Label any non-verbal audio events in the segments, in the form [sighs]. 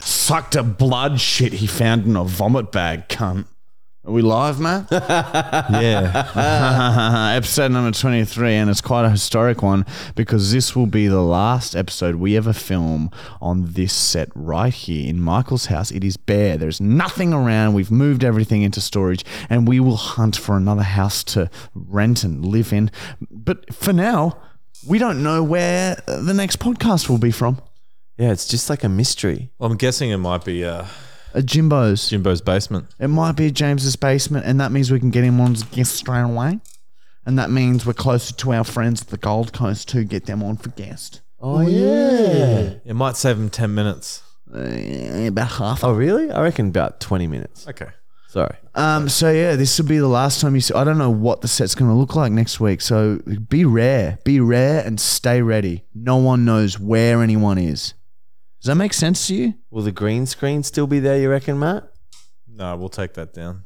Sucked the blood shit he found in a vomit bag, cunt. Are we live, man? yeah. episode number 23, and it's quite a historic one because this will be the last episode we ever film on this set right here in Michael's house. It is bare, there's nothing around. We've moved everything into storage, and we will hunt for another house to rent and live in. But for now, we don't know where the next podcast will be from. Yeah, it's just like a mystery. I'm guessing it might be uh, A Jimbo's. Jimbo's basement. It might be James's basement, and that means we can get him on as a guest straight away. And that means we're closer to our friends at the Gold Coast to get them on for guest. Oh yeah. It might save him 10 minutes. Uh, about half. Oh really? I reckon about twenty minutes. Okay. Sorry. Um, so yeah, this will be the last time you see. I don't know what the set's going to look like next week. So be rare, be rare, and stay ready. No one knows where anyone is. Does that make sense to you? Will the green screen still be there? You reckon, Matt? No, we'll take that down.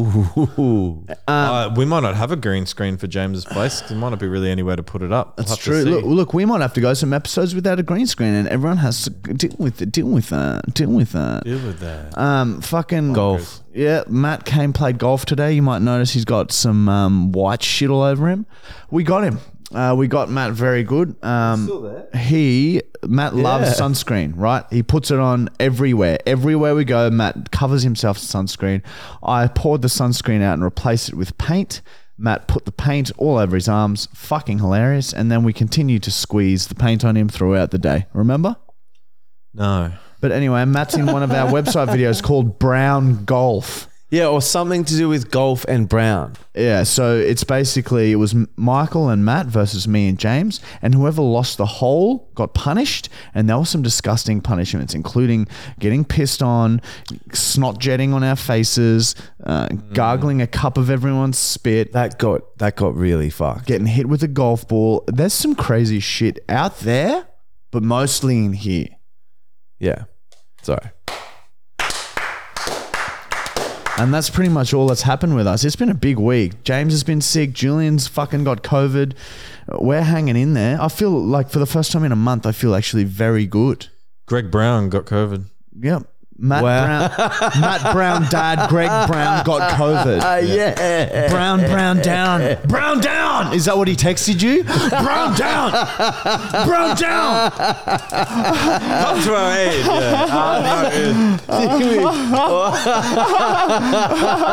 Ooh. uh, we might not have a green screen for James's place. 'cause There might not be really anywhere to put it up. We'll That's have to true. see. Look, look, we might have to go some episodes without a green screen, and everyone has to deal with it. Deal with that. Deal with that. Deal with that. Um, fucking Golf. Yeah, Matt came played golf today. You might notice he's got some um, white shit all over him. We got him. Uh, we got Matt very good. Um, He Matt loves sunscreen, right? He puts it on everywhere. Everywhere we go, Matt covers himself with sunscreen. I poured the sunscreen out and replaced it with paint. Matt put the paint all over his arms. Fucking hilarious. And then we continued to squeeze the paint on him throughout the day. Remember? No. But anyway, Matt's in one of our website videos called Brown Golf. Yeah, or something to do with golf and brown. Yeah, so it's basically it was M- Michael and Matt versus me and James, and whoever lost the hole got punished, and there were some disgusting punishments, including getting pissed on, snot jetting on our faces, uh, gargling a cup of everyone's spit, That got that got really fucked. getting hit with a golf ball. There's some crazy shit out there, but mostly in here. Yeah. [laughs] Sorry. And that's pretty much all that's happened with us. It's been a big week. James has been sick. Julian's fucking got COVID. We're hanging in there. I feel like for the first time in a month, I feel actually very good. Greg Brown got COVID. Yep. Matt Wow. Brown, Matt Brown, Dad, Greg Brown got COVID. Uh, yeah. Brown, Brown down, Brown down. Is that what he texted you? Brown down, Brown [laughs] down. Uh, Come to our aid.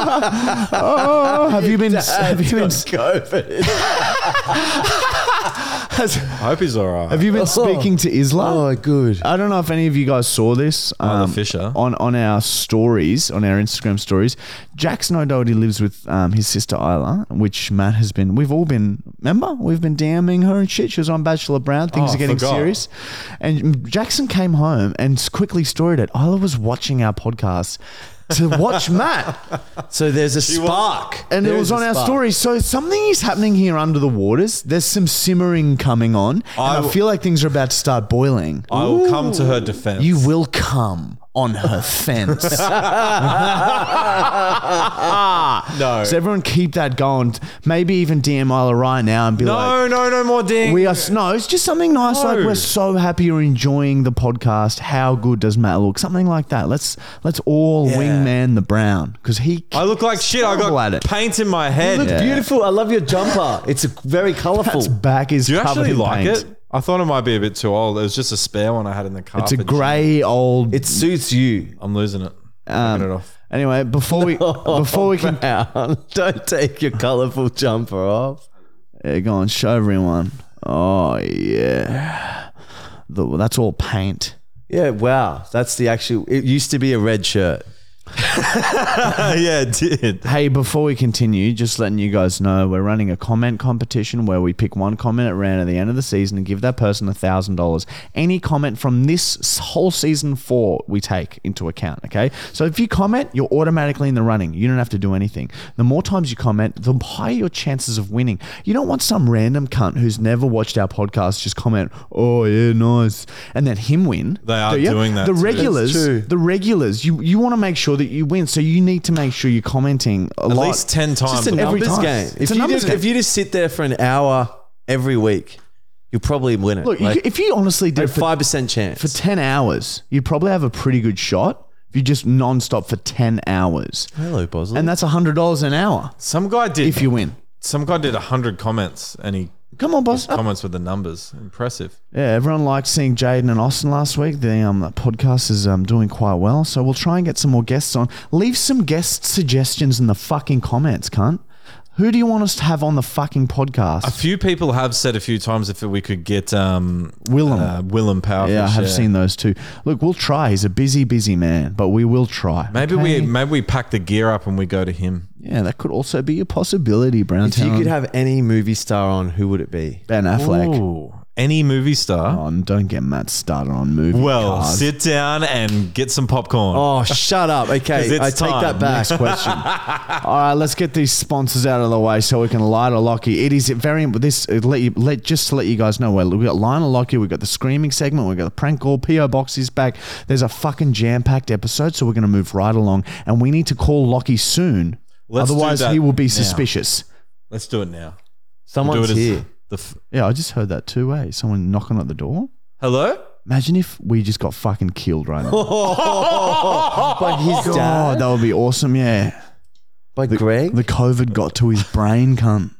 [laughs] Uh, Oh, have you been? Have you [laughs] been? Has, I hope he's all right. Have you been speaking to Isla? Oh, good. I don't know if any of you guys saw this um, Martha Fisher. on on our stories on our Instagram stories. Jack's no doubt he lives with um, his sister Isla, which Matt has been. We've all been. Remember, we've been DMing her and shit. She was on Bachelor Brown. Things Oh, are getting forgot. serious. And Jackson came home and quickly storied it. Isla was watching our podcast to watch Matt. So there's a spark. And There it was is a on our spark. story. So something is happening here under the waters. There's some simmering coming on. And I, w- feel like things are about to start boiling. I will come to her defense. You will come on her [laughs] fence. No. so everyone keep that going. Maybe even DM Isla right now and be No, like, no, no more ding. we are no. It's just something nice. Like No. we're so happy you're enjoying the podcast. How good does Matt look? Something like that. Let's let's all wingman the Brown because he. I look like shit. I Terrible at got it. paint in my head. Look beautiful. I love your jumper. It's very colorful. his back is Do you covered actually in like paint. it? I thought it might be a bit too old. It was just a spare one I had in the car. It's a for grey old. It suits you. gym. I'm losing it. Um, it off. [laughs] anyway, before we before we can Brown. [laughs] Don't take your colorful jumper off. Yeah, go on, show everyone. Oh yeah, The- that's all paint. Yeah, wow. That's the actual. It used to be a red shirt. yeah, it did. Hey, before we continue, just letting you guys know we're running a comment competition where we pick one comment at random at the end of the season and give that person a thousand dollars. Any comment from this s- whole season four we take into account. Okay, so if you comment, you're automatically in the running. You don't have to do anything. The more times you comment, the higher your chances of winning. You don't want some random cunt who's never watched our podcast just comment, "Oh yeah, nice," and then him win. They are do you? doing that The too. regulars, That's true. the regulars. You you want to make sure that you you win. So you need to make sure you're commenting a At lot. least 10 times. Just a Every numbers time. game. It's If a you, numbers just, game. if you just sit there for an hour every week, you'll probably win it. Look, you like, could- if you honestly did for, five percent chance. for ten hours, you'd probably have a pretty good shot. If you just non-stop for ten hours, Hello, Bosley. and that's hundred dollars an hour Some guy did. if you win. some guy did hundred comments, and he Come on, boss. Up. comments with the numbers. Impressive. Yeah, everyone liked seeing Jaden and Austin last week. The, um, the podcast is um, doing quite well, so we'll try and get some more guests on. Leave some guest suggestions in the fucking comments, cunt. Who do you want us to have on the fucking A podcast? few people have said a few times if we could get um, Willem. uh, Willem Powerfish. yeah, I have seen those too. Look, we'll try. He's a busy, busy man, but we will try. Maybe okay? we maybe we pack the gear up and we go to him. Yeah, that could also be a possibility, Browntown. If you could have any movie star on, who would it be? Ben Affleck. Ooh, any movie star. Oh, don't get Matt started on movie. well, cars. sit down and get some popcorn. Oh, shut [laughs] up. 'Cause Okay, it's I take time. that back. question. All right, let's get these sponsors out of the way so we can Lionel Lockie. It is very this it let you let just to let you guys know well, we got Lionel Lockie, we got the screaming segment, we got the prank call, PO box is back. There's a fucking jam packed episode, so we're gonna move right along, and we need to call Lockie soon. Let's do Otherwise, that he will be now. suspicious. Let's do it now. do [laughs] Someone's it as here. Oh, the f- Yeah, I just heard that too. Hey, someone knocking at the door. hello. Imagine if we just got fucking killed right now. By his dad. God, that would be awesome. Yeah. By Greg. The COVID got to his brain, cunt.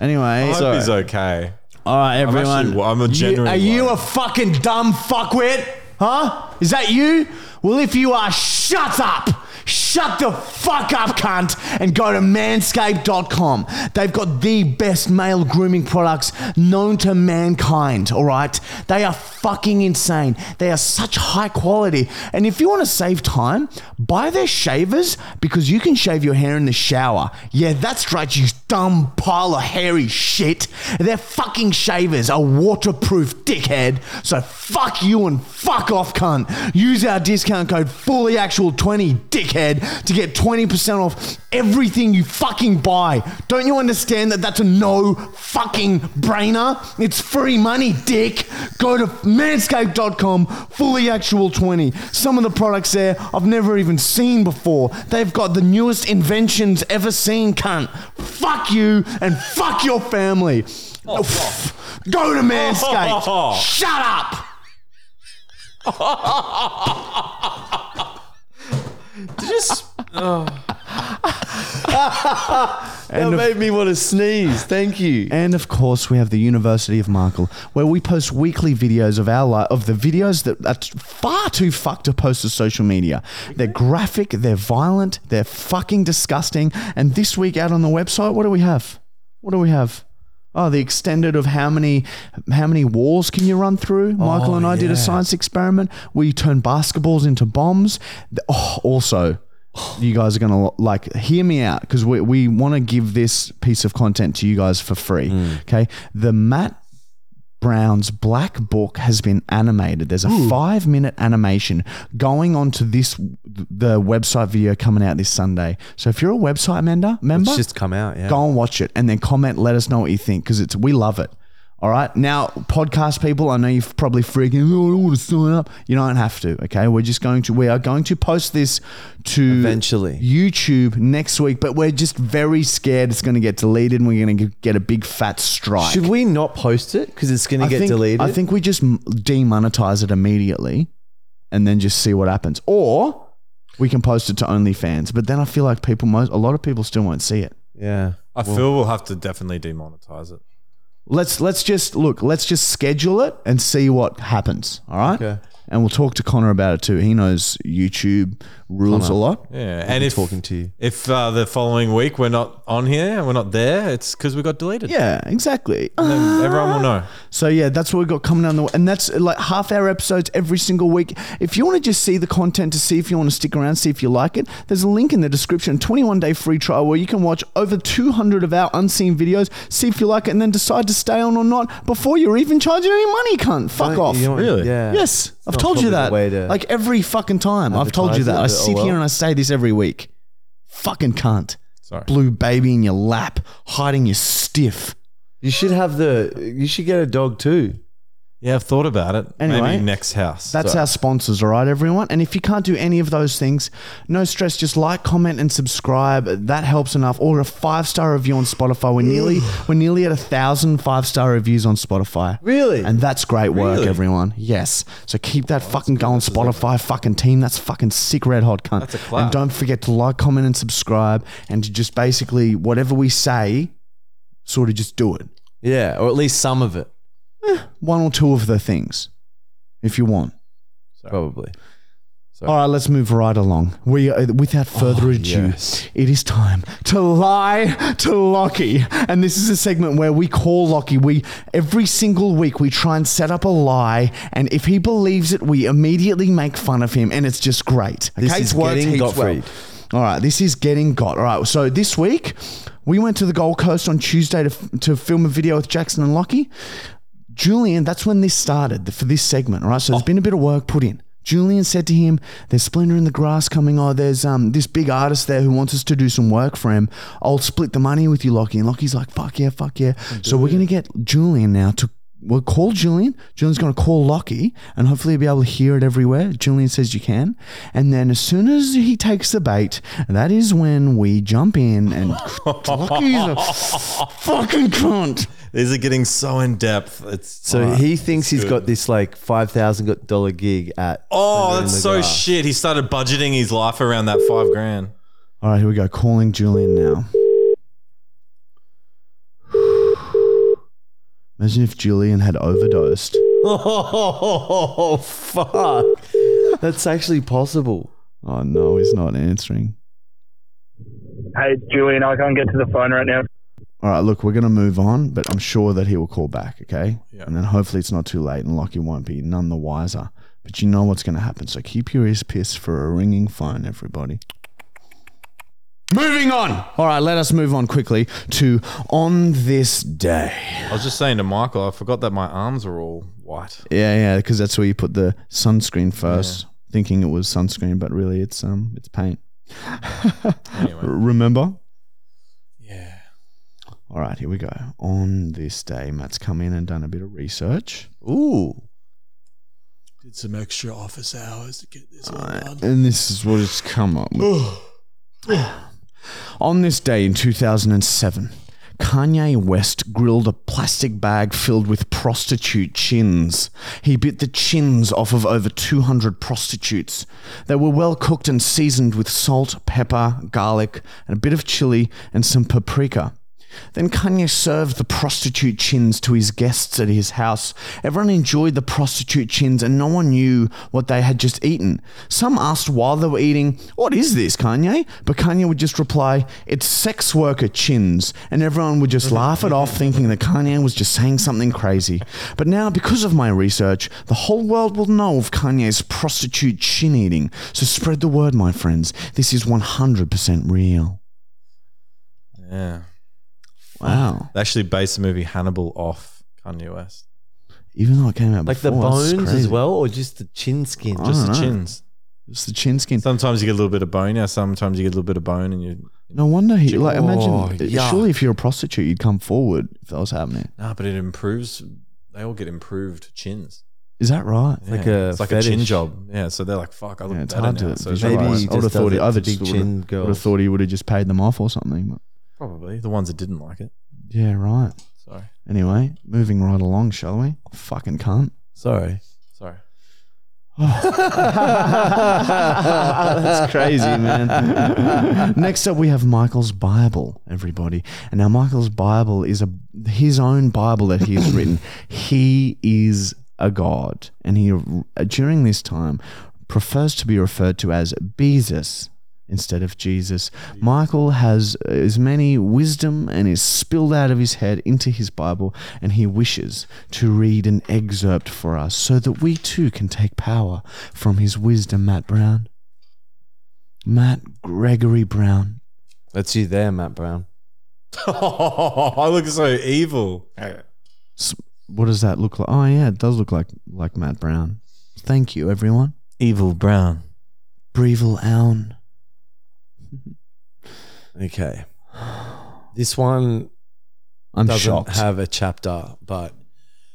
Anyway, I hope he's okay. all right, I'm, everyone. actually, I'm a You- genuine. are you a fucking dumb fuckwit? Huh? Is that you? Well, if you are, shut up. Shut the fuck up, cunt, and go to manscaped.com. They've got the best male grooming products known to mankind, all right? They are fucking insane. They are such high quality. And if you want to save time, buy their shavers because you can shave your hair in the shower. Yeah, that's right, you dumb pile of hairy shit. Their fucking shavers are waterproof, dickhead. So fuck you and fuck off, cunt. Use our discount code FullyActual20, dickhead, to get 20% off everything you fucking buy. Don't you understand that that's a no fucking brainer? It's free money, dick. Go to manscaped.com, FullyActual20. Some of the products there I've never even seen before. They've got the newest inventions ever seen, cunt. Fuck you and fuck your family. Go to Manscaped. Shut [laughs] up. Just oh. That made me want to sneeze. Thank you. And of course, we have the University of Markle, where we post weekly videos of our li- of the videos that are t- far too fucked to post to social media. They're graphic, they're violent, they're fucking disgusting. And this week, out on the website, what do we have? What do we have? Oh, the extended of how many how many walls can you run through? Michael and I did a science experiment where you turn basketballs into bombs. The- Oh, also, you guys are gonna like hear me out because we, we want to give this piece of content to you guys for free. Okay, the Matt Brown's Black Book has been animated. There's a five minute animation going onto this the website video coming out this Sunday. So if you're a website member, member, It's just come out, yeah. go and watch it and then comment let us know what you think because it's we love it all right now podcast people i know you're probably freaking oh, i don't want to sign up you don't have to okay we're just going to we are going to post this to Eventually. youtube next week but we're just very scared it's going to get deleted and we're going to get a big fat strike Should we not post it because it's going to I get think, deleted? I think we just m- demonetize it immediately and then just see what happens or we can post it to onlyfans but then i feel like people most a lot of people still won't see it Yeah. I feel we'll have to definitely demonetize it. Let's let's just look. Let's just schedule it and see what happens. All right. Okay. And we'll talk to Connor about it too. He knows YouTube rules a lot. Yeah, and if talking to you. if uh, the following week we're not on here and we're not there, it's because we got deleted. Yeah, exactly. Then everyone will know. So yeah, that's what we got coming down the and that's uh, like half hour episodes every single week. If you want to just see the content to see if you want to stick around, see if you like it, there's a link in the description, 21 day free trial where you can watch over 200 of our unseen videos, see if you like it, and then decide to stay on or not before you're even charging any money, cunt. Fuck Don't- off. you don't- Really? Yeah. Yes, I've not told you probably the that. way to Like every fucking time, I've told you advertise that. it, I but oh sit here well. and I say this every week. Fucking cunt. Sorry. Blue baby in your lap, hiding your stiff. You should have the. You should get a dog too. Yeah, I've thought about it. Anyway, Maybe next house. That's So- our sponsors, all right, everyone. And if you can't do any of those things, no stress. Just like, comment, and subscribe. That helps enough. Or a five star review on Spotify. We're nearly we're nearly at a thousand five star reviews on Spotify. Really? And that's great work, Really? Oh, everyone. Yes. So keep that fucking going, Spotify, fucking team. That's fucking sick, red hot cunt. That's a clap. And don't forget to like, comment, and subscribe. And to just basically whatever we say, sort of just do it. Yeah, or at least some of it, One or two of the things, if you want. probably. All right, let's move right along. We, uh, without Ah, further ado, it is time to lie to Lockie, and this is a segment where we call Lockie. We every single week we try and set up a lie, and if he believes it, we immediately make fun of him, and it's just great. This Okay, is it's worked getting heaps Gottfried. All right, this is getting got. All right, so this week we went to the Gold Coast on Tuesday to, f- to film a video with Jackson and Lockie. Julian, that's when this started th- for this segment, all right? So there's been a bit of work put in. Julian said to him, "There's Splendor in the Grass coming. Oh, there's um this big artist there who wants us to do some work for him. I'll split the money with you, Lockie." And Lockie's like, "Fuck yeah, fuck yeah." So we're gonna get Julian now to we'll call Julian. Julian's gonna call Lockie, and hopefully he'll be able to hear it everywhere. Julian says you can, and then as soon as he takes the bait, that is when we jump in and Lockie's a fucking cunt. These are getting so in depth. It's So he thinks he's got this like five thousand dollar gig at. oh, Splendor in that's the so Grass. shit. He started budgeting his life around that five [laughs] grand. All right, here we go. Calling Julian now. Imagine if Julian had overdosed. Oh fuck! [laughs] That's actually possible. Oh no, he's not answering. Hey, Julian, I can't get to the phone right now. All right, look, we're gonna move on, but I'm sure that he will call back. Okay, Yeah. and then hopefully it's not too late, and Lockie won't be none the wiser. But you know what's gonna happen, so keep your ears pierced for a ringing phone, everybody. Moving on. All right, let us move on quickly to on this day. I was just saying to Michael, I forgot that my arms are all white. Yeah, yeah, because that's where you put the sunscreen first, thinking it was sunscreen, but really it's um it's paint. Anyway. Remember? Yeah. All right, here we go. On this day, Matt's come in and done a bit of research, Ooh, did some extra office hours to get this all done. and this is what it's come up with. On this day in 2007, Kanye West grilled a plastic bag filled with prostitute chins. He bit the chins off of over 200 prostitutes. They were well cooked and seasoned with salt, pepper, garlic, and a bit of chili and some paprika. Then Kanye served the prostitute chins to his guests at his house. Everyone enjoyed the prostitute chins and no one knew what they had just eaten. Some asked while they were eating, What is this, Kanye? But Kanye would just reply, It's sex worker chins. And everyone would just laugh it off, thinking that Kanye was just saying something crazy. But now, because of my research, the whole world will know of Kanye's prostitute chin eating. So spread the word, my friends. This is 100% real. Yeah. Wow. They actually based the movie Hannibal off Kanye West. Even though it came out like the before, that's bones as crazy. well, or just the chin skin. Oh. Just [laughs] Just the Alright. chins. It's the chin skin. Sometimes you get a little bit of bone. Yeah, sometimes you get a little bit of bone and you. No wonder he like Oh, imagine yuck. surely if you're a prostitute you'd come forward if that was happening. Nah, but it improves. They all get improved chins. Is that right? Yeah. Like a it's like a chin fetish. job. Yeah, so they're like, fuck, I look Yeah, it's better hard now. to So visualize. it's maybe Otherwise, he I would've just thought thought he- I it, the would've big just- chin Would have girls. thought he would have just paid them off or something. But probably the ones that didn't like it. yeah, right. Sorry, Anyway, moving right along, shall we? Fucking cunt. Sorry. sorry. [laughs] [laughs] That's crazy, man. [laughs] Next up, we have Michael's Bible, everybody. And now, Michael's Bible is a his own Bible that he has written. He is a god, and he uh, during this time prefers to be referred to as Beezus instead of Jesus. Michael has uh, as many wisdom and is spilled out of his head into his Bible, and he wishes to read an excerpt for us so that we too can take power from his wisdom, Matt Brown. Matt Gregory Brown. That's you there, Matt Brown. I look so evil. S- What does that look like? Oh yeah, it does look like like Matt Brown. Thank you, everyone. Evil brown. Breville Allen. Okay. This one I'm doesn't shocked. have a chapter, but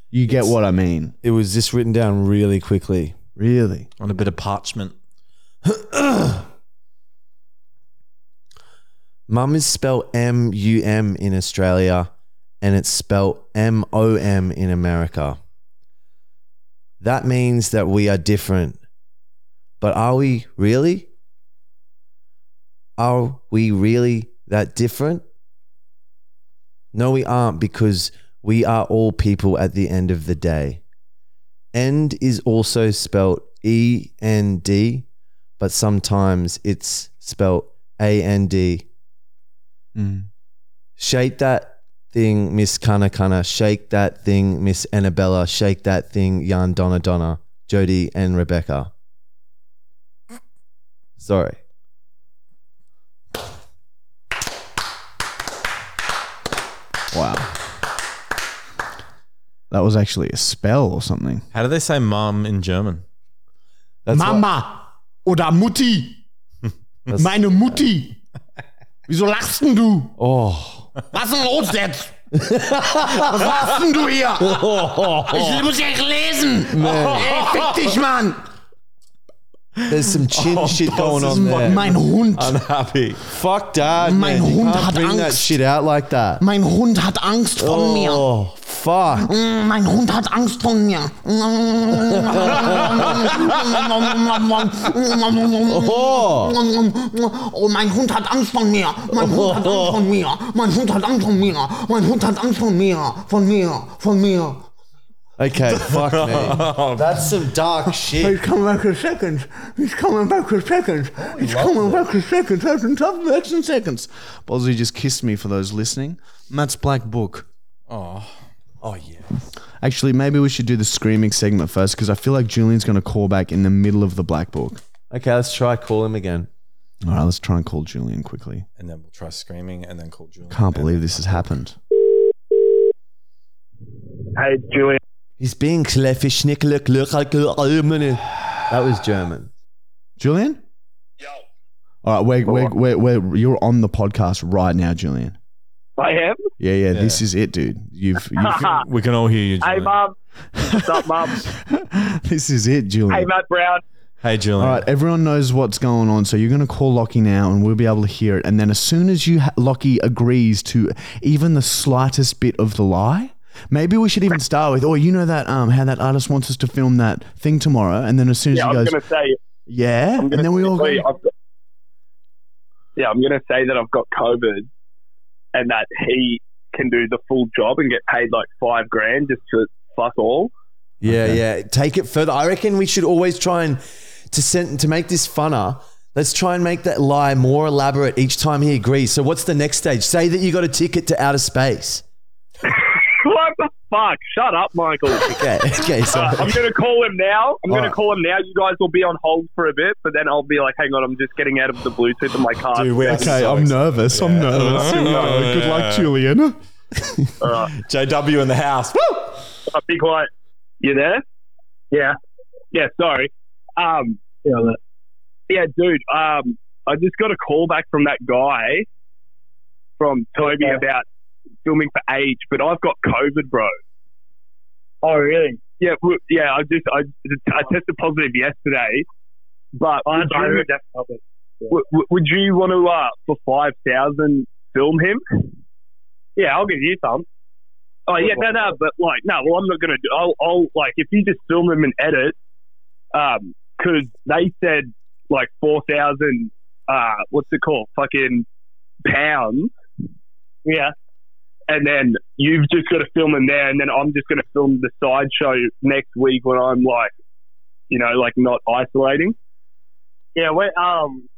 You get what I mean. It was just written down really quickly. Really? on a bit of parchment. Mum is spelled M U M in Australia and it's spelled M O M in America. That means that we are different. But are we really? Are we really that different? No, we aren't because we are all people at the end of the day. End is also spelled E N D, but sometimes it's spelled A N D. Mm. Shake that thing, Miss Kana Kana. Shake that thing, Miss Annabella. Shake that thing, Jan Donna Donna, Jody and Rebecca. Sorry. Wow. That was actually a spell or something. How do they say mum in German? That's why- Mama oder [laughs] Mutti. Meine Mutti. Wieso lachst denn du? oh. Was ist denn los jetzt? Was machst denn du hier? Oh. Ich muss ja lesen. Ey, fick dich, Mann. There's some chin shit going on there. Mein Hund. Unhappy. Fuck dad. Mein man. You Hund can't hat bring that Angst. shit out like that. Mein Hund hat Angst von mir. Oh, fuck. Mm, Mein Hund hat Angst von mir. Oh. Oh, mein Hund hat Angst von mir. Mein Hund hat Angst von mir. Mein Hund hat Angst von mir. Mein Hund hat Angst von mir. Von mir. Von mir. Okay, fuck me. That's some dark shit. He's coming back in seconds. He's coming back in seconds. He's coming back in seconds. That's in tough That's in seconds. Bozzy just kissed me for those listening. Matt's Black Book. Oh yeah. Actually, maybe we should do the screaming segment first because I feel like Julian's going to call back in the middle of the Black Book. Okay, let's try call him again. All right, let's try and call Julian quickly. And then we'll try screaming and then call Julian. Can't believe this has happened. Hey, Julian. He's being cleffish, Nicola, That was German. Julian? Yo. All right, we're, we're, we're, we're, you're on the podcast right now, Julian. I am. Yeah, yeah, this is it, dude. You've, [laughs] [laughs] you've We can all hear you, Hey, Julian. Mum. What's up, Mum? this is it, Julian. hey, Matt Brown. Hey, Julian. All [laughs] right, everyone knows what's going on, so you're going to call Lockie now, and we'll be able to hear it. And then, as soon as you ha- Lockie agrees to even the slightest bit of the lie, maybe we should even start with, "Oh, you know that um, how that artist wants us to film that thing tomorrow." And then, as soon as he Yeah, I was goes, going to say. "Yeah," I'm and gonna then we all go, say I've got- yeah, I'm going to say that I've got COVID and that he can do the full job and get paid like five grand just to fuck all. Yeah, yeah. Take it further. I reckon we should always try and to send to make this funner. Let's try and make that lie more elaborate each time he agrees. So what's the next stage? Say that you got a ticket to outer space. [laughs] What the fuck? Shut up, [laughs] Michael. Okay, okay. So Uh, [laughs] I'm going to call him now. I'm going to call him now. You guys will be on hold for a bit, but then I'll be like, hang on, I'm just getting out of the Bluetooth of my car. Dude, we are "Okay, so I'm nervous. I'm nervous. [laughs] Oh, Uh, Good luck, Julian." JW in the house. Woo! Uh, be quiet. You there? Yeah. Yeah, sorry. Um, yeah, yeah, dude, um, I just got a call back from that guy from Toby about filming for age, but I've got COVID, bro. Oh, really? Yeah, w- yeah. I just I, I tested positive yesterday, but would, you, w- w- would you want to uh, for five thousand film him? Yeah, I'll give you some. Oh yeah, no, no, but like, no, well, I'm not gonna do. I'll, I'll like if you just film them and edit, um, because they said like four thousand, uh, what's it called, fucking pounds. Yeah. And then you've just got to film them there, and then I'm just gonna film the sideshow next week when I'm like, you know, like not isolating. Yeah. When um,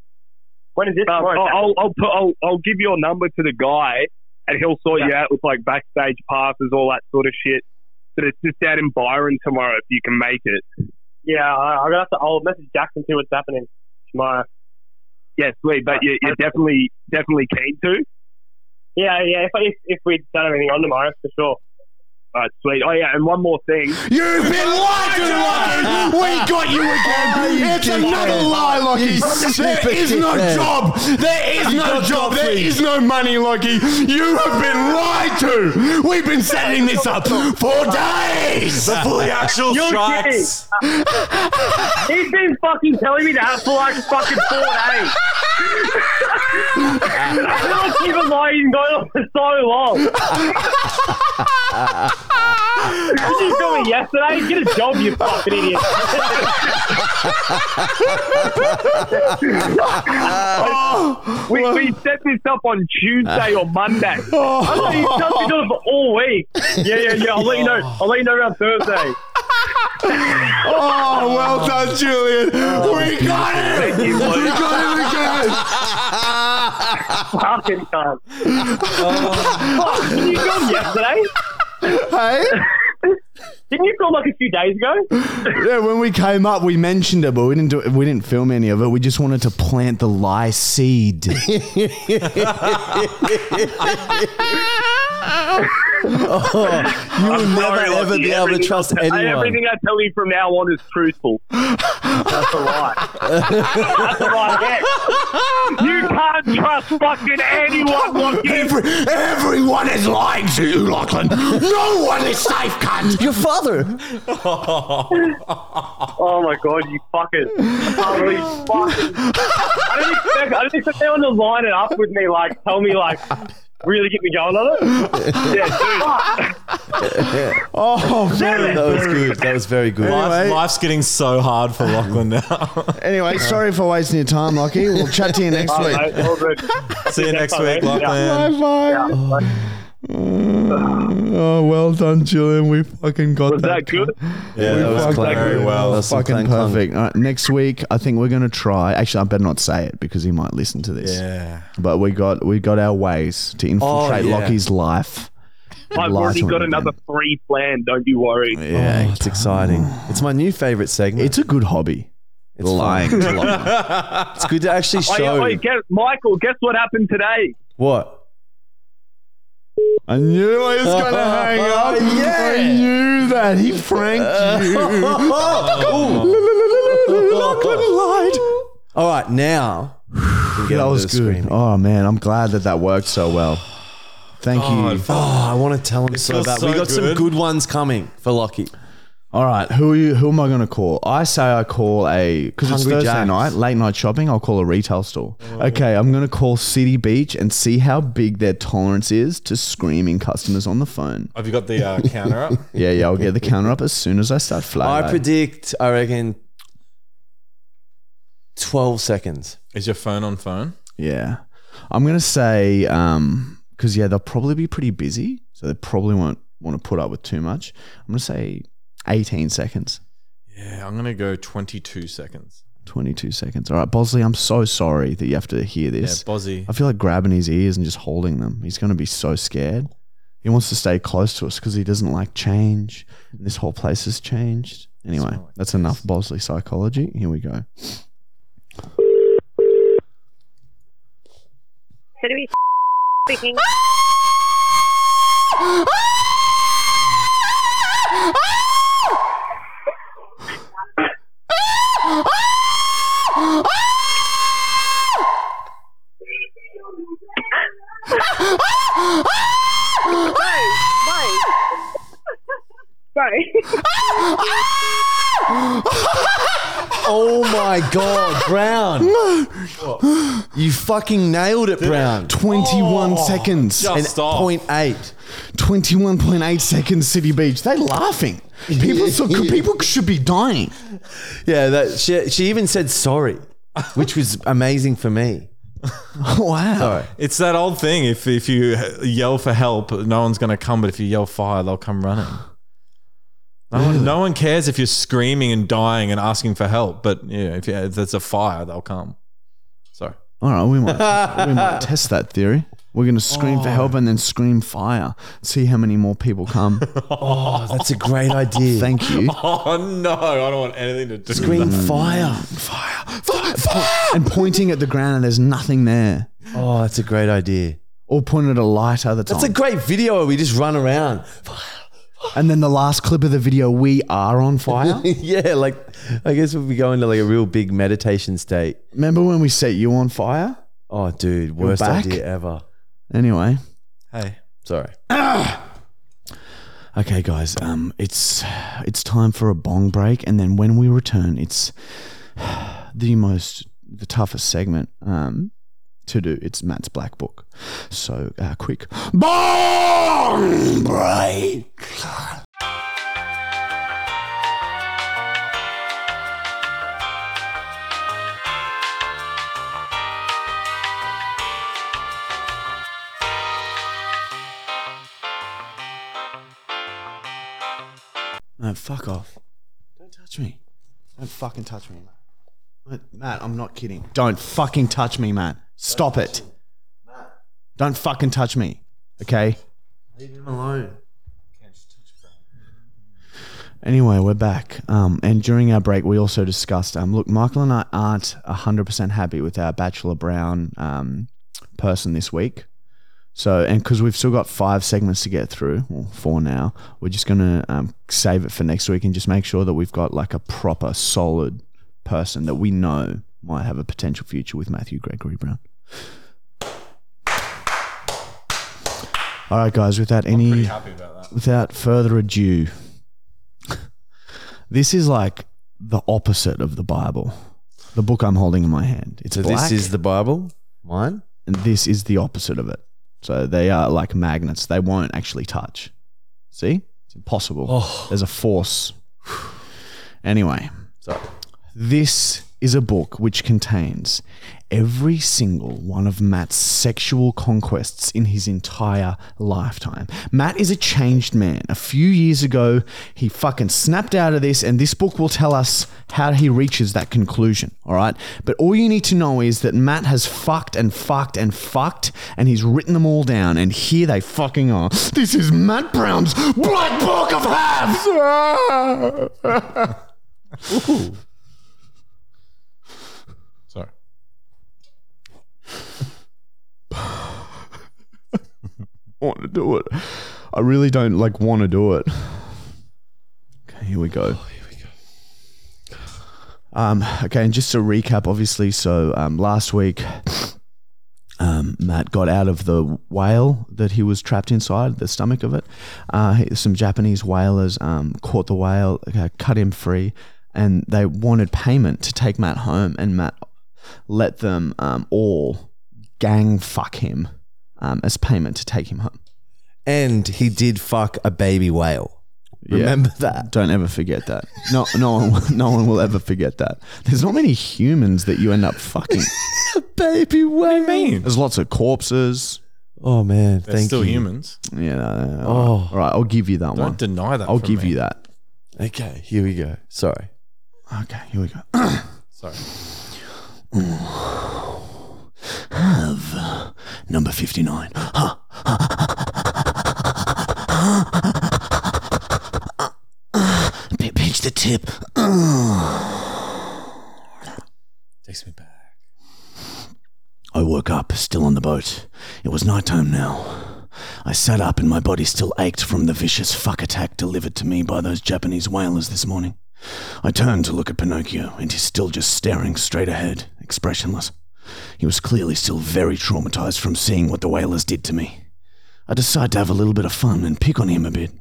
when is this? Um, I'll, I'll I'll put I'll, I'll give your number to the guy and he'll sort you out with like backstage passes, all that sort of shit. But it's just out in Byron tomorrow if you can make it. Yeah, I'm gonna have to. I'll message Jackson see what's happening tomorrow. Yeah, sweet. But you, you're definitely definitely keen to. Yeah, yeah. If, if if we don't have anything on tomorrow, for sure. All right, sweet. Oh yeah, and one more thing. You've [laughs] been lied to, Lockie. We got you again. it's another lie, Lockie. There is no job. There is no job. There is no money, Lockie. You have been lied to. We've been setting this up for days. Before [laughs] the actual You're strikes. [laughs] He's been fucking telling me that for like fucking four days. [laughs] I cannot keep a lying going on for so long. What did you do it yesterday? Get a job, you fucking idiot. [laughs] we, we set this up on Tuesday or Monday. I know you told me to do it for all week. Yeah, yeah, yeah. I'll let you know. I'll let you know around Thursday. Oh, well done, Julian. We got it. We got it again. Fucking cunt. Fuck, didn't you call yesterday? Hey? Didn't you call like a few days ago? Yeah, when we came up, we mentioned it, but we didn't do it, we didn't film any of it. We just wanted to plant the lie [laughs] seed. You will never Sorry, ever Lockie, be able to everything- trust I- anyone. Everything I tell you from now on is truthful. That's a lie. That's a lie. yeah. You can't trust fucking anyone. Lockie. Every- everyone is lying to you, Lachlan. No one is safe, cunt. Your father. Oh my god, you fuckers! Holy fucking! I didn't expect. I didn't expect anyone to line it up with me. Like, tell me, like, really get me going on it. Yeah, dude. Oh, very That was good. That was very good. Anyway. Life, life's getting so hard for Lachlan now. [laughs] Anyway, sorry for wasting your time, Lockie. We'll chat to you next Oh, week. mate, all good. See you next fine, week, mate. Yeah. Bye Lachlan. bye. Yeah. Oh, well done, Julian. We fucking got Was that good? Yeah, that was fucking- very That well. was some Fucking clang clang. perfect. All right, next week, I think we're gonna try. Actually, I better not say it because he might listen to this. Yeah. But we got we got our ways to infiltrate Oh, yeah. Lockie's life. I've Lie already to got him another again. three planned. Don't you worry. Yeah, it's exciting. It's my new favorite segment. It's a good hobby. It's lying. [laughs] it's good to actually Oh, yeah, show wait, guess, Michael, guess what happened today? what. I knew I was gonna [laughs] hang up. Oh, Yeah. I knew that he [laughs] franked you. All right, now we can get that onto was the good. screen. Oh man, I'm glad that that worked so well. Thank you. Oh, I want to tell him so feels bad. so we got some good. good ones coming for Lockie. All right, who are you, who am I gonna call? I say I call a because it's Hungry Thursday Jack's. Oh. night, late night shopping. I'll call a retail store. Okay, I'm gonna call City Beach and see how big their tolerance is to screaming customers on the phone. Have you got the uh, counter up? [laughs] Yeah, yeah, I'll get the counter up as soon as I start I flying. predict, I reckon, 12 seconds. Is your phone on phone? Yeah. I'm going to say, um, because, yeah, they'll probably be pretty busy. So they probably won't want to put up with too much. I'm going to say 18 seconds, Yeah, I'm gonna go 22 seconds. 22 seconds. All right, Bosley, I'm so sorry that you have to hear Yeah, this. Bozzy. I feel like grabbing his ears and just holding them. He's going to be so scared. He wants to stay close to us because he doesn't like change. And this whole place has changed. Anyway, that's enough Bosley psychology. Here we go. Should we speaking? Oh my [laughs] God, Brown. you fucking nailed it, Brown. 21 seconds. And Just off. 0.8. 21.8 seconds City Beach. They're laughing. People so, people should be dying. Yeah, that, she, she even said sorry, which was amazing for me. Wow. It's that old thing. If if you yell for help, no one's gonna come. But if you yell fire, they'll come running. No one, no one cares if you're screaming and dying and asking for help. But yeah, if, yeah, if there's a fire, they'll come. Sorry. All right, we might we might [laughs] test that theory. We're going to scream for help and then scream fire. See how many more people [laughs] come. Oh, that's a great idea. Thank you. [laughs] Oh no, I don't want anything to do. Green fire. And pointing at the ground and there's nothing there. Oh, that's a great idea. Or pointing at a lighter that's, That's a on. great video where we just run around. And then the last clip of the video, we are on fire. [laughs] [laughs] yeah, like I guess we'll be going to like a real big meditation state. Remember when we set you on fire? Oh, dude, worst back? idea ever. Anyway. Hey. Sorry. Okay, guys, um, it's it's time for a bong break, and then when we return, it's [sighs] the most the toughest segment um, to do. It's Matt's black book. So uh, quick bong break. No, fuck off! Don't touch me! Don't fucking touch me, Matt. Matt, I'm not kidding. Don't fucking touch me, Matt. Stop it. Don't fucking touch me. Okay. Anyway, we're back. Um, and during our break, we also discussed um, look, Michael and I aren't 100% happy with our Bachelor Brown um, person this week. So, and because we've still got five segments to get through, or four now, we're just going to um, save it for next week and just make sure that we've got like a proper, solid person that we know might have a potential future with Matthew Gregory Brown. All right, guys, without any Happy about that. without further ado, this is like the opposite of the Bible. The book I'm holding in my hand. It's So black, this is the Bible, mine. and this is the opposite of it. So they are like magnets. They won't actually touch. See? It's impossible. There's a force. Anyway, Sorry. this is a book which contains every single one of Matt's sexual conquests in his entire lifetime. Matt is a changed man. A few years ago, he fucking snapped out of this, and this book will tell us how he reaches that conclusion, all right? But all you need to know is that Matt has fucked and fucked and fucked, and he's written them all down, and here they fucking are. This is Matt Brown's Black Book of Halves! [laughs] Sorry. want to do it. I really don't like want to do it. Okay, here we go. Oh, here we go. Um, okay, and just to recap, obviously, so um, last week, um, Matt got out of the whale that he was trapped inside, the stomach of it. Uh, he- some Japanese whalers um, caught the whale, uh, cut him free, and they wanted payment to take Matt home, and Matt let them um, all gang fuck him um, as payment to take him home. And he did fuck a baby whale. Remember that. Don't ever forget that. No, no one, [laughs] will- no one will ever forget that. There's not many humans that you end up fucking. [laughs] Baby whale. What do you mean? There's lots of corpses. Oh man, They're thank still you. humans. Yeah. No, no, no. Oh. all right. I'll give you that Don't one. deny that. I'll from give me. you that. Okay, here we go. Sorry. Okay, here we go. Sorry. Have number fifty-nine. [laughs] P- Pinch the tip. Takes me back. I woke up, still on the boat. It was nighttime now. I sat up and my body still ached from the vicious fuck attack delivered to me by those Japanese whalers this morning. I turned to look at Pinocchio, and he's still just staring straight ahead, expressionless. He was clearly still very traumatized from seeing what the whalers did to me. I decide to have a little bit of fun and pick on him a bit.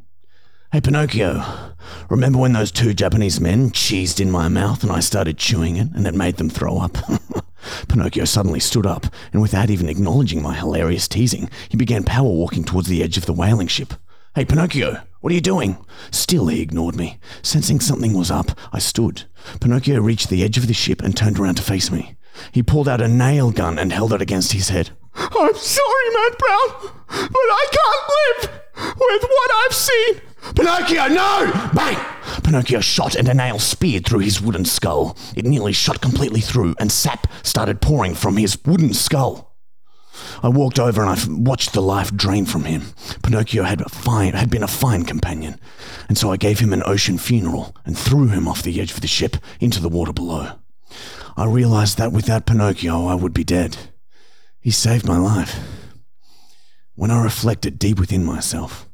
Hey, Pinocchio, remember when those two Japanese men cheesed in my mouth and I started chewing it and it made them throw up? [laughs] Pinocchio suddenly stood up and, without even acknowledging my hilarious teasing, he began power walking towards the edge of the whaling ship. Hey, Pinocchio, what are you doing? Still, he ignored me. Sensing something was up, I stood. Pinocchio reached the edge of the ship and turned around to face me. He pulled out a nail gun and held it against his head. I'm sorry, Matt Brown, but I can't live with what I've seen. Pinocchio, no! Bang! Pinocchio shot and a nail speared through his wooden skull. It nearly shot completely through, and sap started pouring from his wooden skull. I walked over and I f- watched the life drain from him. Pinocchio had, a fine, had been a fine companion, and so I gave him an ocean funeral and threw him off the edge of the ship into the water below. I realized that without Pinocchio, I would be dead. He saved my life. When I reflected deep within myself,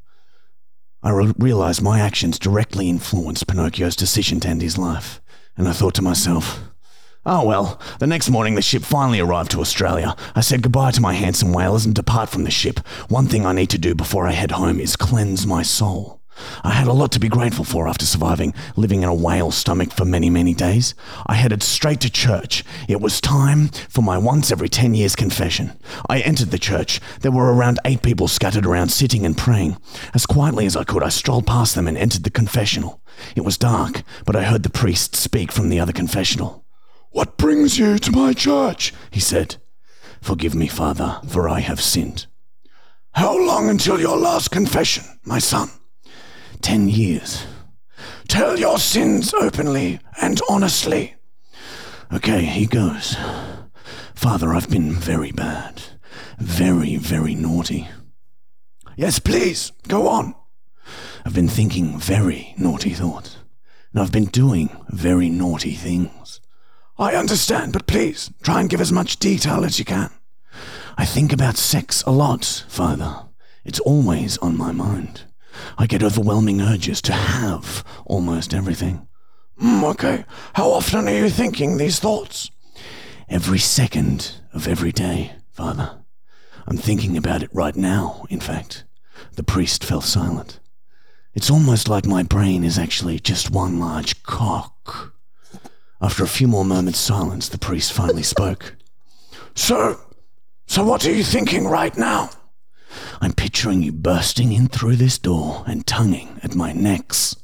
I re- realized my actions directly influenced Pinocchio's decision to end his life, and I thought to myself, Oh well, the next morning the ship finally arrived to Australia. I said goodbye to my handsome whalers and depart from the ship. One thing I need to do before I head home is cleanse my soul. I had a lot to be grateful for after surviving living in a whale stomach for many, many days. I headed straight to church. It was time for my once every 10 years confession. I entered the church. There were around eight people scattered around sitting and praying. As quietly as I could, I strolled past them and entered the confessional. It was dark, but I heard the priest speak from the other confessional. What brings you to my church? He said. Forgive me, Father, for I have sinned. How long until your last confession, my son? Ten years. Tell your sins openly and honestly. Okay, he goes. Father, I've been very bad. Very, very naughty. Yes, please, go on. I've been thinking very naughty thoughts, and I've been doing very naughty things. I understand, but please try and give as much detail as you can. I think about sex a lot, Father. It's always on my mind. I get overwhelming urges to have almost everything. "Mm, okay, how often are you thinking these thoughts? Every second of every day, Father. I'm thinking about it right now, in fact. The priest fell silent. It's almost like my brain is actually just one large cock. After a few more moments' silence, the priest finally [laughs] spoke. So, so what are you thinking right now? I'm picturing you bursting in through this door and tonguing at my necks.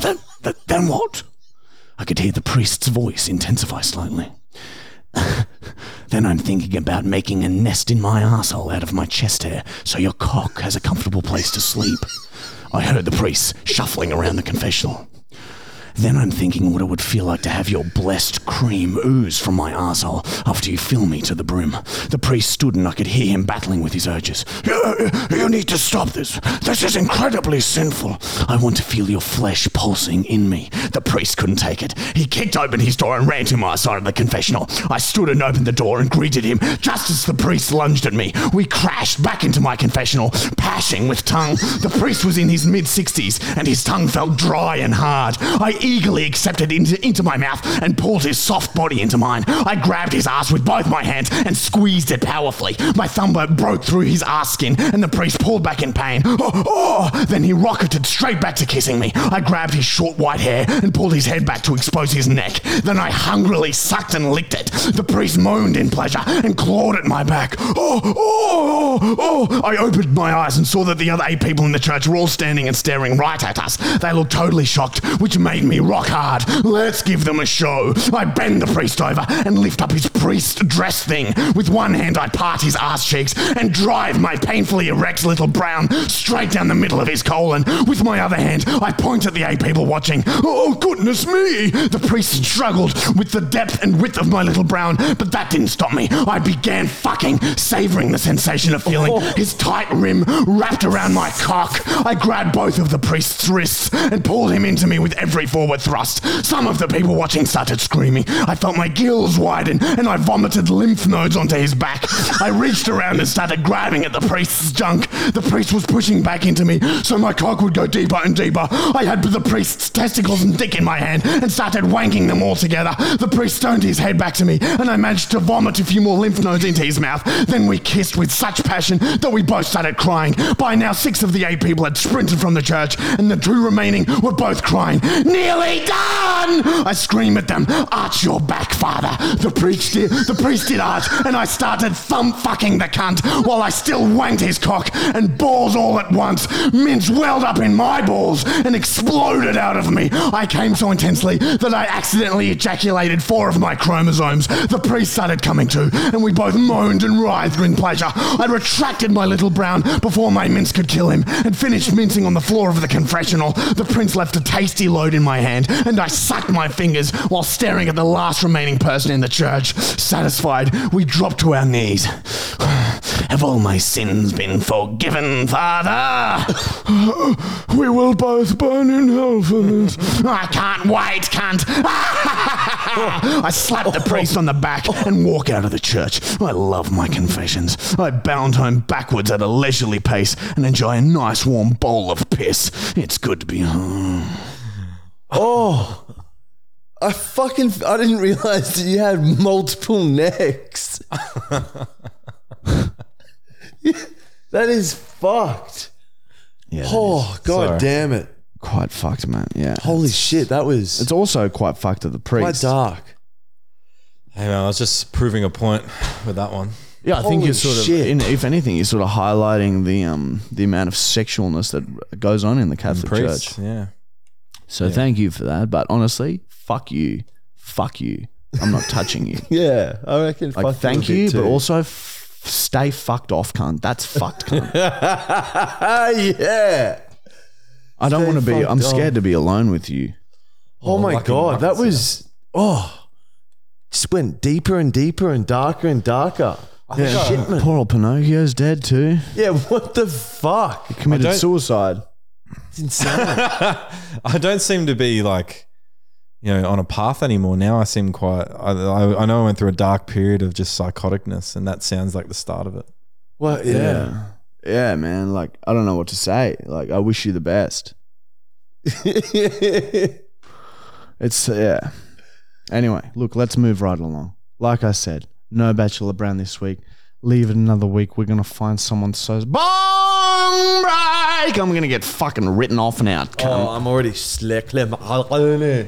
then, then, then what? I could hear the priest's voice intensify slightly. [laughs] then I'm thinking about making a nest in my asshole out of my chest hair so your cock has a comfortable place to sleep. I heard the priest shuffling around the confessional. Then I'm thinking what it would feel like to have your blessed cream ooze from my asshole after you fill me to the brim. The priest stood and I could hear him battling with his urges. [laughs] You, you need to stop this. This is incredibly sinful. I want to feel your flesh pulsing in me. The priest couldn't take it. He kicked open his door and ran to my side of the confessional. I stood and opened the door and greeted him just as the priest lunged at me. We crashed back into my confessional, pashing with tongue. The priest was in his mid 60s and his tongue felt dry and hard. I eagerly accepted into, into my mouth and pulled his soft body into mine. I grabbed his ass with both my hands and squeezed it powerfully. My thumb broke through his ass skin and the priest pulled back in pain. Oh, oh! Then he rocketed straight back to kissing me. I grabbed his short white hair and pulled his head back to expose his neck. Then I hungrily sucked and licked it. The priest moaned in pleasure and clawed at my back. Oh, oh, oh, oh. I opened my eyes and saw that the other eight people in the church were all standing and staring right at us. They looked totally shocked, which made me rock hard. Let's give them a show. I bend the priest over and lift up his priest dress thing. With one hand, I part his ass cheeks and drive my painfully erect little brown straight down the middle of his colon. With my other hand, I point at the eight people watching. Oh, goodness me! The priest struggled with the depth and width of my little brown, but that didn't stop me. I began fucking, savoring the sensation of feeling his tight rim wrapped around my cock. I grabbed both of the priest's wrists and pulled him into me with every forward thrust. Some of the people watching started screaming. I felt my gills widen and I vomited lymph nodes onto his back. I reached around and started grabbing at the priest's junk. The priest was pushing back into me, so my cock would go deeper and deeper. I had the priest's testicles and dick in my hand and started wanking them all together. The priest turned his head back to me and I managed to vomit a few more lymph nodes into his mouth. Then we kissed with such passion that we both started crying. By now, six of the eight people had sprinted from the church and the two remaining were both crying, Nearly done! I scream at them, Arch your back, father. The priest did, the priest did arch and I started thumb fucking the cunt while I still wanked his cock and balls all at once. Mints welled up in my balls and exploded out of me. I came so intensely that I accidentally ejaculated four of my chromosomes. The priest started coming to, and we both moaned and writhed in pleasure. I retracted my little brown before my mince could kill him and finished mincing on the floor of the confessional. The prince left a tasty load in my hand, and I sucked my fingers while staring at the last remaining person in the church. Satisfied, we dropped to our knees [sighs] Have all my sins been forgiven, Father? [sighs] we will both burn in hell for this. I can't wait, cunt. [laughs] I slap the priest on the back and walk out of the church. I love my confessions. I bound home backwards at a leisurely pace and enjoy a nice warm bowl of piss. It's good to be home. Oh, I fucking I didn't realize that you had multiple necks. [laughs] that is fucked. Yeah, that is Oh god Sorry. damn it! quite fucked, man. Yeah, Holy shit, that was it's also quite fucked at the quite priest. dark. Hey man, I was just proving a point with that one. Yeah, I think Holy you're sort shit. of, in, if anything, you're sort of highlighting the um the amount of sexualness that goes on in the Catholic Priest, Church. yeah. So thank you for that. But honestly, fuck you, fuck you. I'm not touching [laughs] you. Yeah, I reckon. Like, fucked a thank bit you, too. but also f- stay fucked off, cunt. That's fucked, [laughs] cunt. [laughs] yeah. I don't Stay want to be. fucked I'm scared off. to be alone with you. Oh, my lucky god, that Marcus, was oh. Just went deeper and deeper and darker and darker. Yeah, poor old Pinocchio's dead too. Yeah, [laughs] what the fuck? [laughs] Committed don't- suicide. It's insane. [laughs] I don't seem to be like, you know, on a path anymore. Now I seem quite. I, I, I know I went through a dark period of just psychoticness, and that sounds like the start of it. well, yeah. Yeah. Yeah, man. Like, I don't know what to say. Like, I wish you the best. It's, uh, yeah. Anyway, look, let's move right along. Like I said, no Bachelor Brown this week. Leave it another week. We're going to find someone so. Bong break! I'm going to get fucking written off now. cunt. Oh, I'm already slickling. I don't know.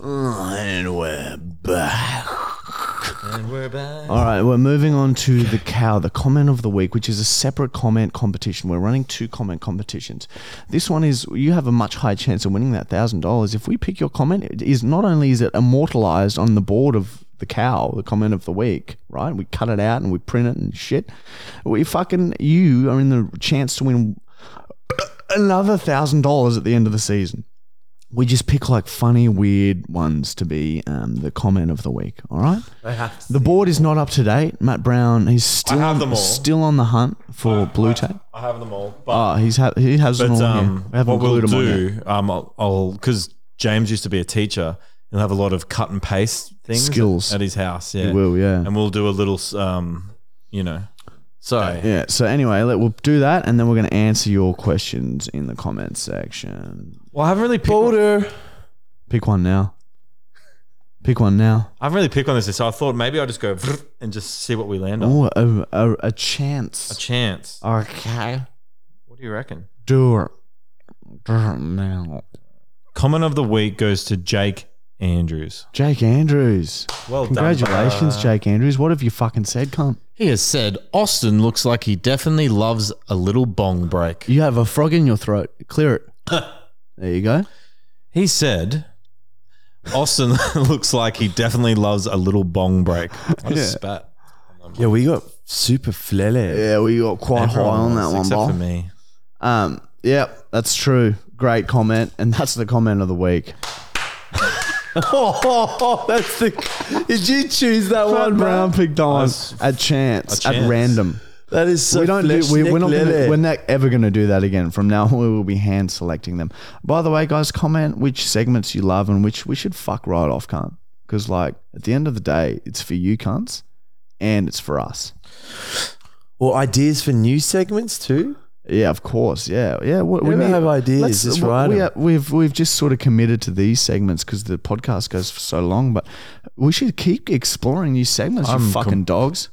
And we're back. All right, we're moving on to the cow, the comment of the week, which is a separate comment competition. We're running two comment competitions. This one is you have a much higher chance of winning that thousand dollars if we pick your comment. It is not only is it immortalized on the board of the cow, the comment of the week, right? We cut it out and we print it and shit. We fucking you are in the chance to win another thousand dollars at the end of the season we just pick like funny, weird ones to be um, the comment of the week. All right. The board is not up to date. Matt Brown, he's still have them all. still on the hunt for blue tape. I have them all, Oh, he's ha- he has them But all. um, here. We haven't what we'll glued them on yet. do, um, I'll- I'll because James used to be a teacher. He'll have a lot of cut and paste things Skills. at his house. Yeah, He will, yeah. And we'll do a little, um, you know. Sorry, Yeah. So anyway, let, we'll do that, and then we're going to answer your questions in the comment section. well, I haven't really picked. Pick one now. Pick one now. I haven't really picked on this, so I thought maybe I'll just go and just see what we land on. Oh, a, a, a A chance. chance. Okay. What do you reckon? Do it. Do it now. Comment of the week goes to Jake Andrews. Jake Andrews. Well Congratulations, Jake Andrews. What have you fucking said, cunt? He has said Austin looks like he definitely loves a little bong break. You have a frog in your throat. Clear it. [laughs] there you go. He said, Austin [laughs] looks like he definitely loves a little [laughs] bong break. What a Yeah. spat. Yeah, we got super flele. Yeah, we got quite high Everyone on was, that one, Except for Bob. me. Um, yeah, that's true. Great comment, and that's the comment of the week. [laughs] Oh, that's the. Did you choose that one, Brown? picked on That's at chance, a at chance. random. That is so. we don't do, we, we're not gonna, fleshlick we're not ever going to do that again. From now [laughs] on, we will be hand selecting them. By the way, guys, comment which segments you love and which we should fuck right off, cunt. Because like at the end of the day, it's for you cunts, and it's for us. or ideas for new segments too. Yeah, of course. Yeah, yeah. What, We don't have ideas, just we- write we, 'em. We've we've just sort of committed to these segments because the podcast goes for so long, but we should keep exploring new segments. you I'm fucking com- dogs.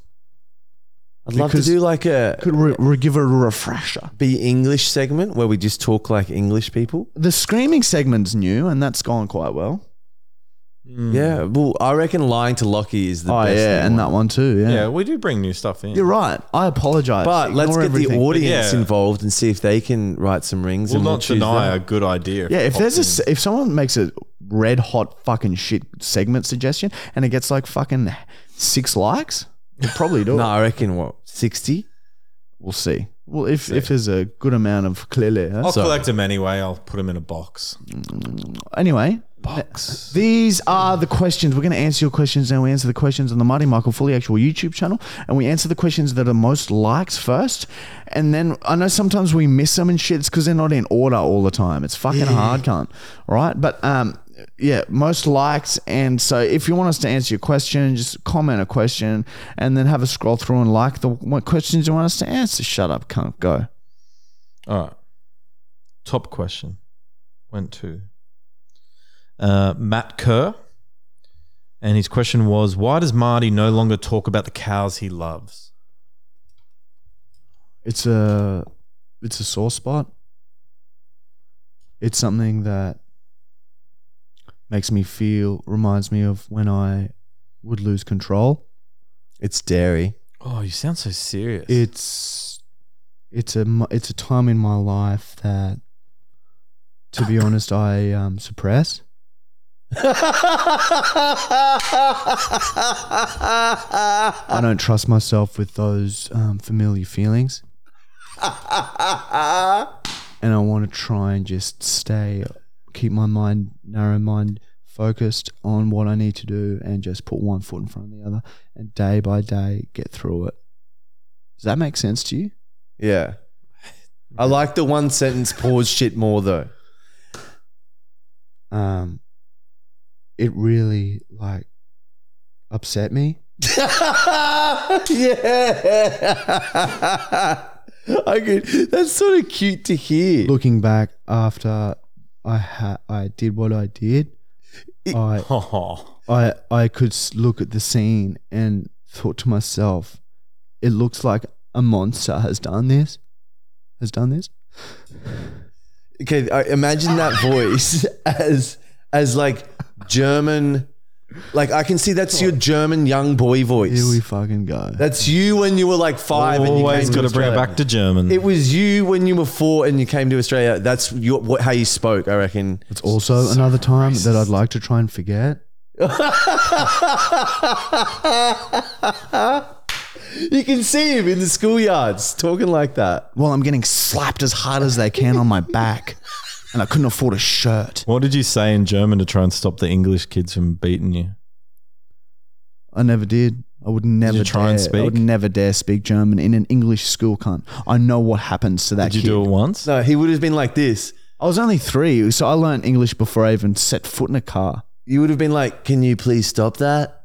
I'd love to Because- do like a Could we, we give it a refresher? be English segment where we just talk like English people. The screaming segment's new, and that's gone quite well. Yeah, well, I reckon lying to Lockie is the Mm. oh best. yeah, thing. and that one too. Yeah, Yeah. we do bring new stuff in. you're right. I apologize. But let's Ignore get the everything. audience yeah. involved and see if they can write some rings. We'll and we'll not choose deny a that. good idea. Yeah, if it there's a pops se- if someone makes a red hot fucking shit segment suggestion and it gets like fucking six likes, He'll probably [laughs] do No, it. I reckon what sixty. We'll see. Well, if, if there's a good amount of clearly. huh? I'll collect them anyway. I'll put them in a box. Anyway, th- these are the questions. We're going to answer your questions now. We answer the questions on the Mighty Michael Fully Actual YouTube channel, and we answer the questions that are most liked first. And then I know sometimes we miss them and shit. It's because they're not in order all the time. It's fucking hard, can't. All right, but um, yeah, most liked. And so if you want us to answer your question, just comment a question, and then have a scroll through and like the what questions you want us to answer. Shut up, can't go. All right. Top question. Went to uh, Matt Kerr. And his question was Why does Marty no longer talk about the cows he loves? it's a it's a sore spot. It's something that makes me feel reminds me of when I would lose control. It's dairy. Oh, you sound so serious. [laughs] It's it's a mo- it's a time in my life that to be honest I um, suppress. I don't trust myself with those um, familiar feelings. and I want to try and just stay, keep my mind, narrow mind focused on what I need to do and just put one foot in front of the other and day by day get through it. Does that make sense to you? Yeah. I like the one sentence pause shit more though. Um, it really like upset me. [laughs] yeah. I could, that's sort of cute to hear. Looking back after I ha- I did what I did, [laughs] I oh, I I could s- look at the scene and thought to myself, it looks like a monster has done this, has done this. okay, I- imagine that voice [laughs] as as like German like I can see that's your German young boy Here we voice. fucking go. That's you when you were like 5 and you always came got to bring it Australia. back to German. It was you when you were 4 and you came to Australia. That's your what, how you spoke, I reckon. It's also another time that I'd like to try and forget. [laughs] You can see him in the schoolyards talking like that. Well, I'm getting slapped as hard as they can on my back, and I couldn't afford a shirt. what did you say in German to try and stop the English kids from beating you? I never did. I would never dare, try and I would speak? never dare speak German in an English school, cunt. I know what happens to that Did you kid. do it once? No, he would have been like this. I was only three, so I learned English before I even set foot in a car. You would have been like, "Can you please stop that?"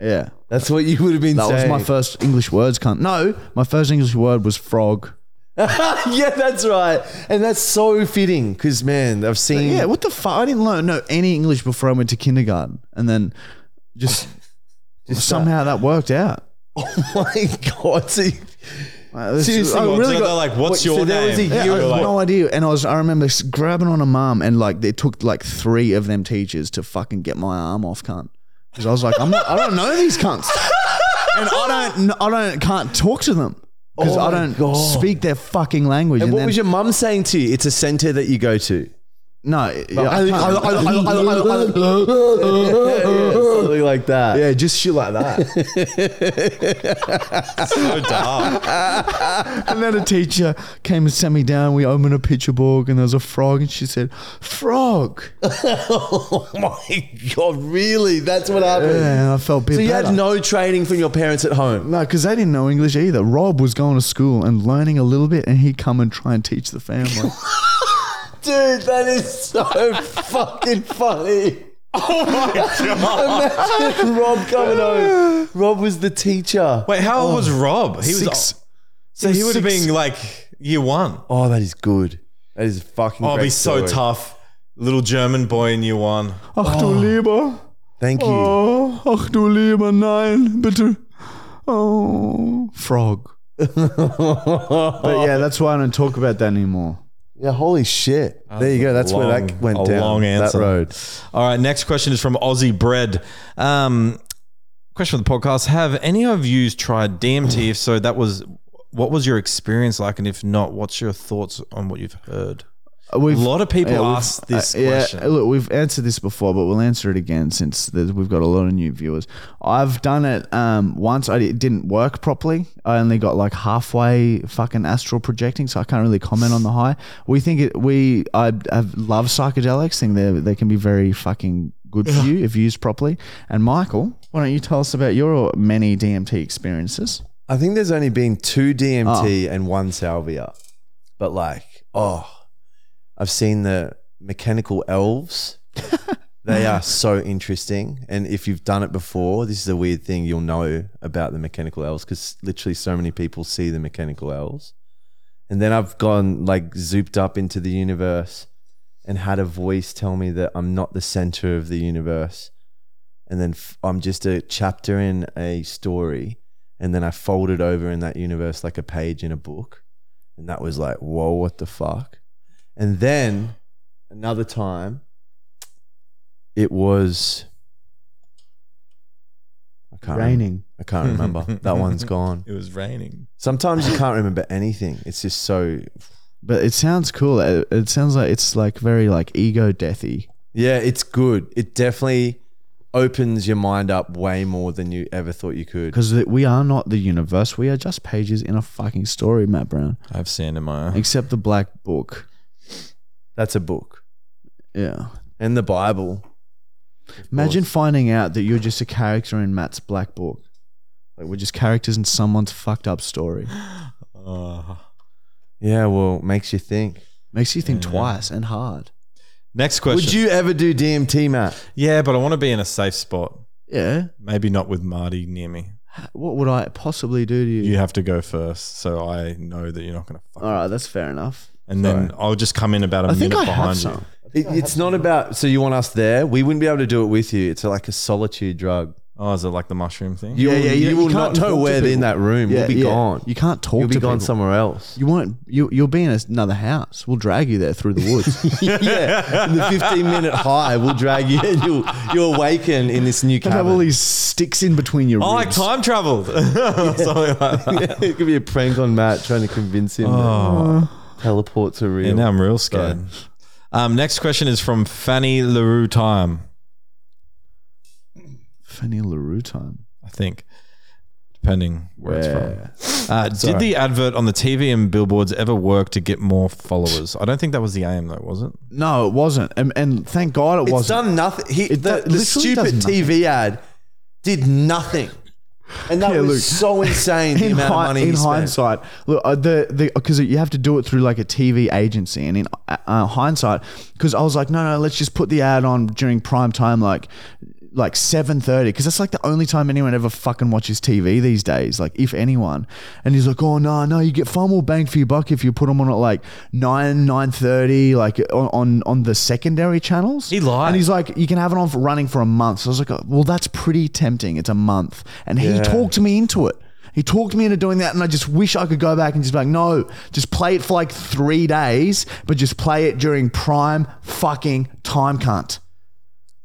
Yeah. That's what you would have been That was saying. my first English words, cunt. No, my first English word was frog. [laughs] yeah, that's right, and that's so fitting because man, I've seen. Yeah, what the fuck? I didn't learn no any English before I went to kindergarten, and then [laughs] just, just somehow that worked out. [laughs] my God, see, Like, this- Seriously, I what? really so got they're like, what's Wait, so your there name? was a yeah, I you had were like- no idea, and I was I remember s- grabbing on a mom, and like it took like three of them teachers to fucking get my arm off, cunt, because I was like, I'm not, I don't know these cunts, and I don't, kn- I don't, can't talk to them because Oh I my don't God. speak their fucking language. and And what then- was your mum saying to you? It's a center that you go to. no? yeah, I can't- [laughs] Yeah, something like that. yeah, just shit like that. so dark. And then a teacher came and sat me down. We opened a picture book, and there was a frog, and she said, "Frog." Oh my God, really? That's what happened. And I felt a bit So you better. had no training from your parents at home. no, because they didn't know English either. Rob was going to school and learning a little bit, and he'd come and try and teach the family. Dude, that is so fucking funny. Oh my god! Imagine Rob coming home. Rob was the teacher. Wait, how old was Rob? He was Six. so he would have six. been like year one. Oh, that is good. That is fucking. Oh, it'd great be so story. tough. Little German boy in year one. Ach du lieber, Thank you. oh, ach du lieber, nein, bitte, oh, frog. [laughs] but yeah, that's why I don't talk about that anymore. Yeah, holy shit. there you go. That's where that long- went a down. long answer. That road. All right, next question is from Aussie Bread. Um, question for the podcast: Have any of you tried DMT? If so, that was what was your experience like, and if not, what's your thoughts on what you've heard? Uh, We've, a lot of people yeah, we've- ask this uh, yeah, question. look, we've answered this before, but we'll answer it again since there's- we've got a lot of new viewers. I've done it um, once. I, it didn't work properly. I only got like halfway fucking astral projecting, so I can't really comment on the high. We think it. We I, I love psychedelics. Think they they can be very fucking good for you if used properly. And Michael, why don't you tell us about your many DMT experiences? I think there's only been two DMT and one salvia. But like, oh, I've seen the mechanical elves. they are so interesting. And if you've done it before, this is a weird thing you'll know about the mechanical elves because literally so many people see the mechanical elves. And then I've gone like zooped up into the universe and had a voice tell me that I'm not the center of the universe. And then f- I'm just a chapter in a story and then I folded over in that universe like a page in a book, and that was like, whoa, what the fuck? And then another time, it was I can't remember. Raining. I can't remember. that one's gone. It was raining. Sometimes you can't remember anything. It's just so But it sounds cool. It, it sounds like it's like very like ego deathy. yeah, it's good. It definitely opens your mind up way more than you ever thought you could. Because we are not the universe. We are just pages in a fucking story, Matt Brown. I have sand in Oh. my eye. Except the black book. That's a book Yeah. and the Bible. Imagine finding out that you're just a character in Matt's black book. Like we're just characters in someone's fucked up story. Oh. Yeah, well, makes you think. Makes you think twice and hard. Next question. Would you ever do DMT, Matt? Yeah, but I want to be in a safe spot. Yeah. Maybe not with Marty near me. What would I possibly do to you? You have to go first, so I know that you're not going to fuck. All right, that's fair enough. And then I'll just come in about a Oh, I minute think I behind have you. some. It, it's not about. So you want us there? We wouldn't be able to do it with you. It's like a solitude drug. Oh, is it like the mushroom thing? You Yeah, will, yeah, you, you- will you not can't know talk to where in people. that room. Yeah, you'll be yeah. gone. You can't talk You'll to be gone people. somewhere [laughs] else. You won't. You you'll be in another house. We'll drag you there through the [laughs] woods. yeah, in the fifteen-minute high, we'll drag you. And you'll you awaken in this new You have all cabin. these sticks in between your. I like ribs. time [laughs] traveled. Something like that. [laughs] it could be a prank on Matt trying to convince him. Oh. that teleports are real. [laughs] Yeah, now I'm real scared. Um, next question is from Fanny LaRue Time, Fanny Larue time. I think, depending where it's from. Uh, did the advert on the TV and billboards ever work to get more followers? I don't think that was the aim, though, was it? No, it wasn't. And, and thank God it It's wasn't. done nothing. He, It do- the the literally stupid does nothing. TV ad did nothing, and that Yeah, was look. so insane. [laughs] the in, amount hi- of money in he spent. hindsight, look, uh, the the because you have to do it through like a TV agency, and in uh, uh, hindsight, because I was like, no, no, let's just put the ad on during prime time, like like 7.30 because that's like the only time anyone ever fucking watches tv these days like if anyone and he's like oh no no you get far more bang for your buck if you put them on at like 9 9.30 like on on, on the secondary channels He lied. and he's like you can have it on for running for a month so i was like oh, well that's pretty tempting it's a month and he talked me into it he talked me into doing that, and I just wish I could go back and just be like, no, just play it for like three days, but just play it during prime fucking time, cunt.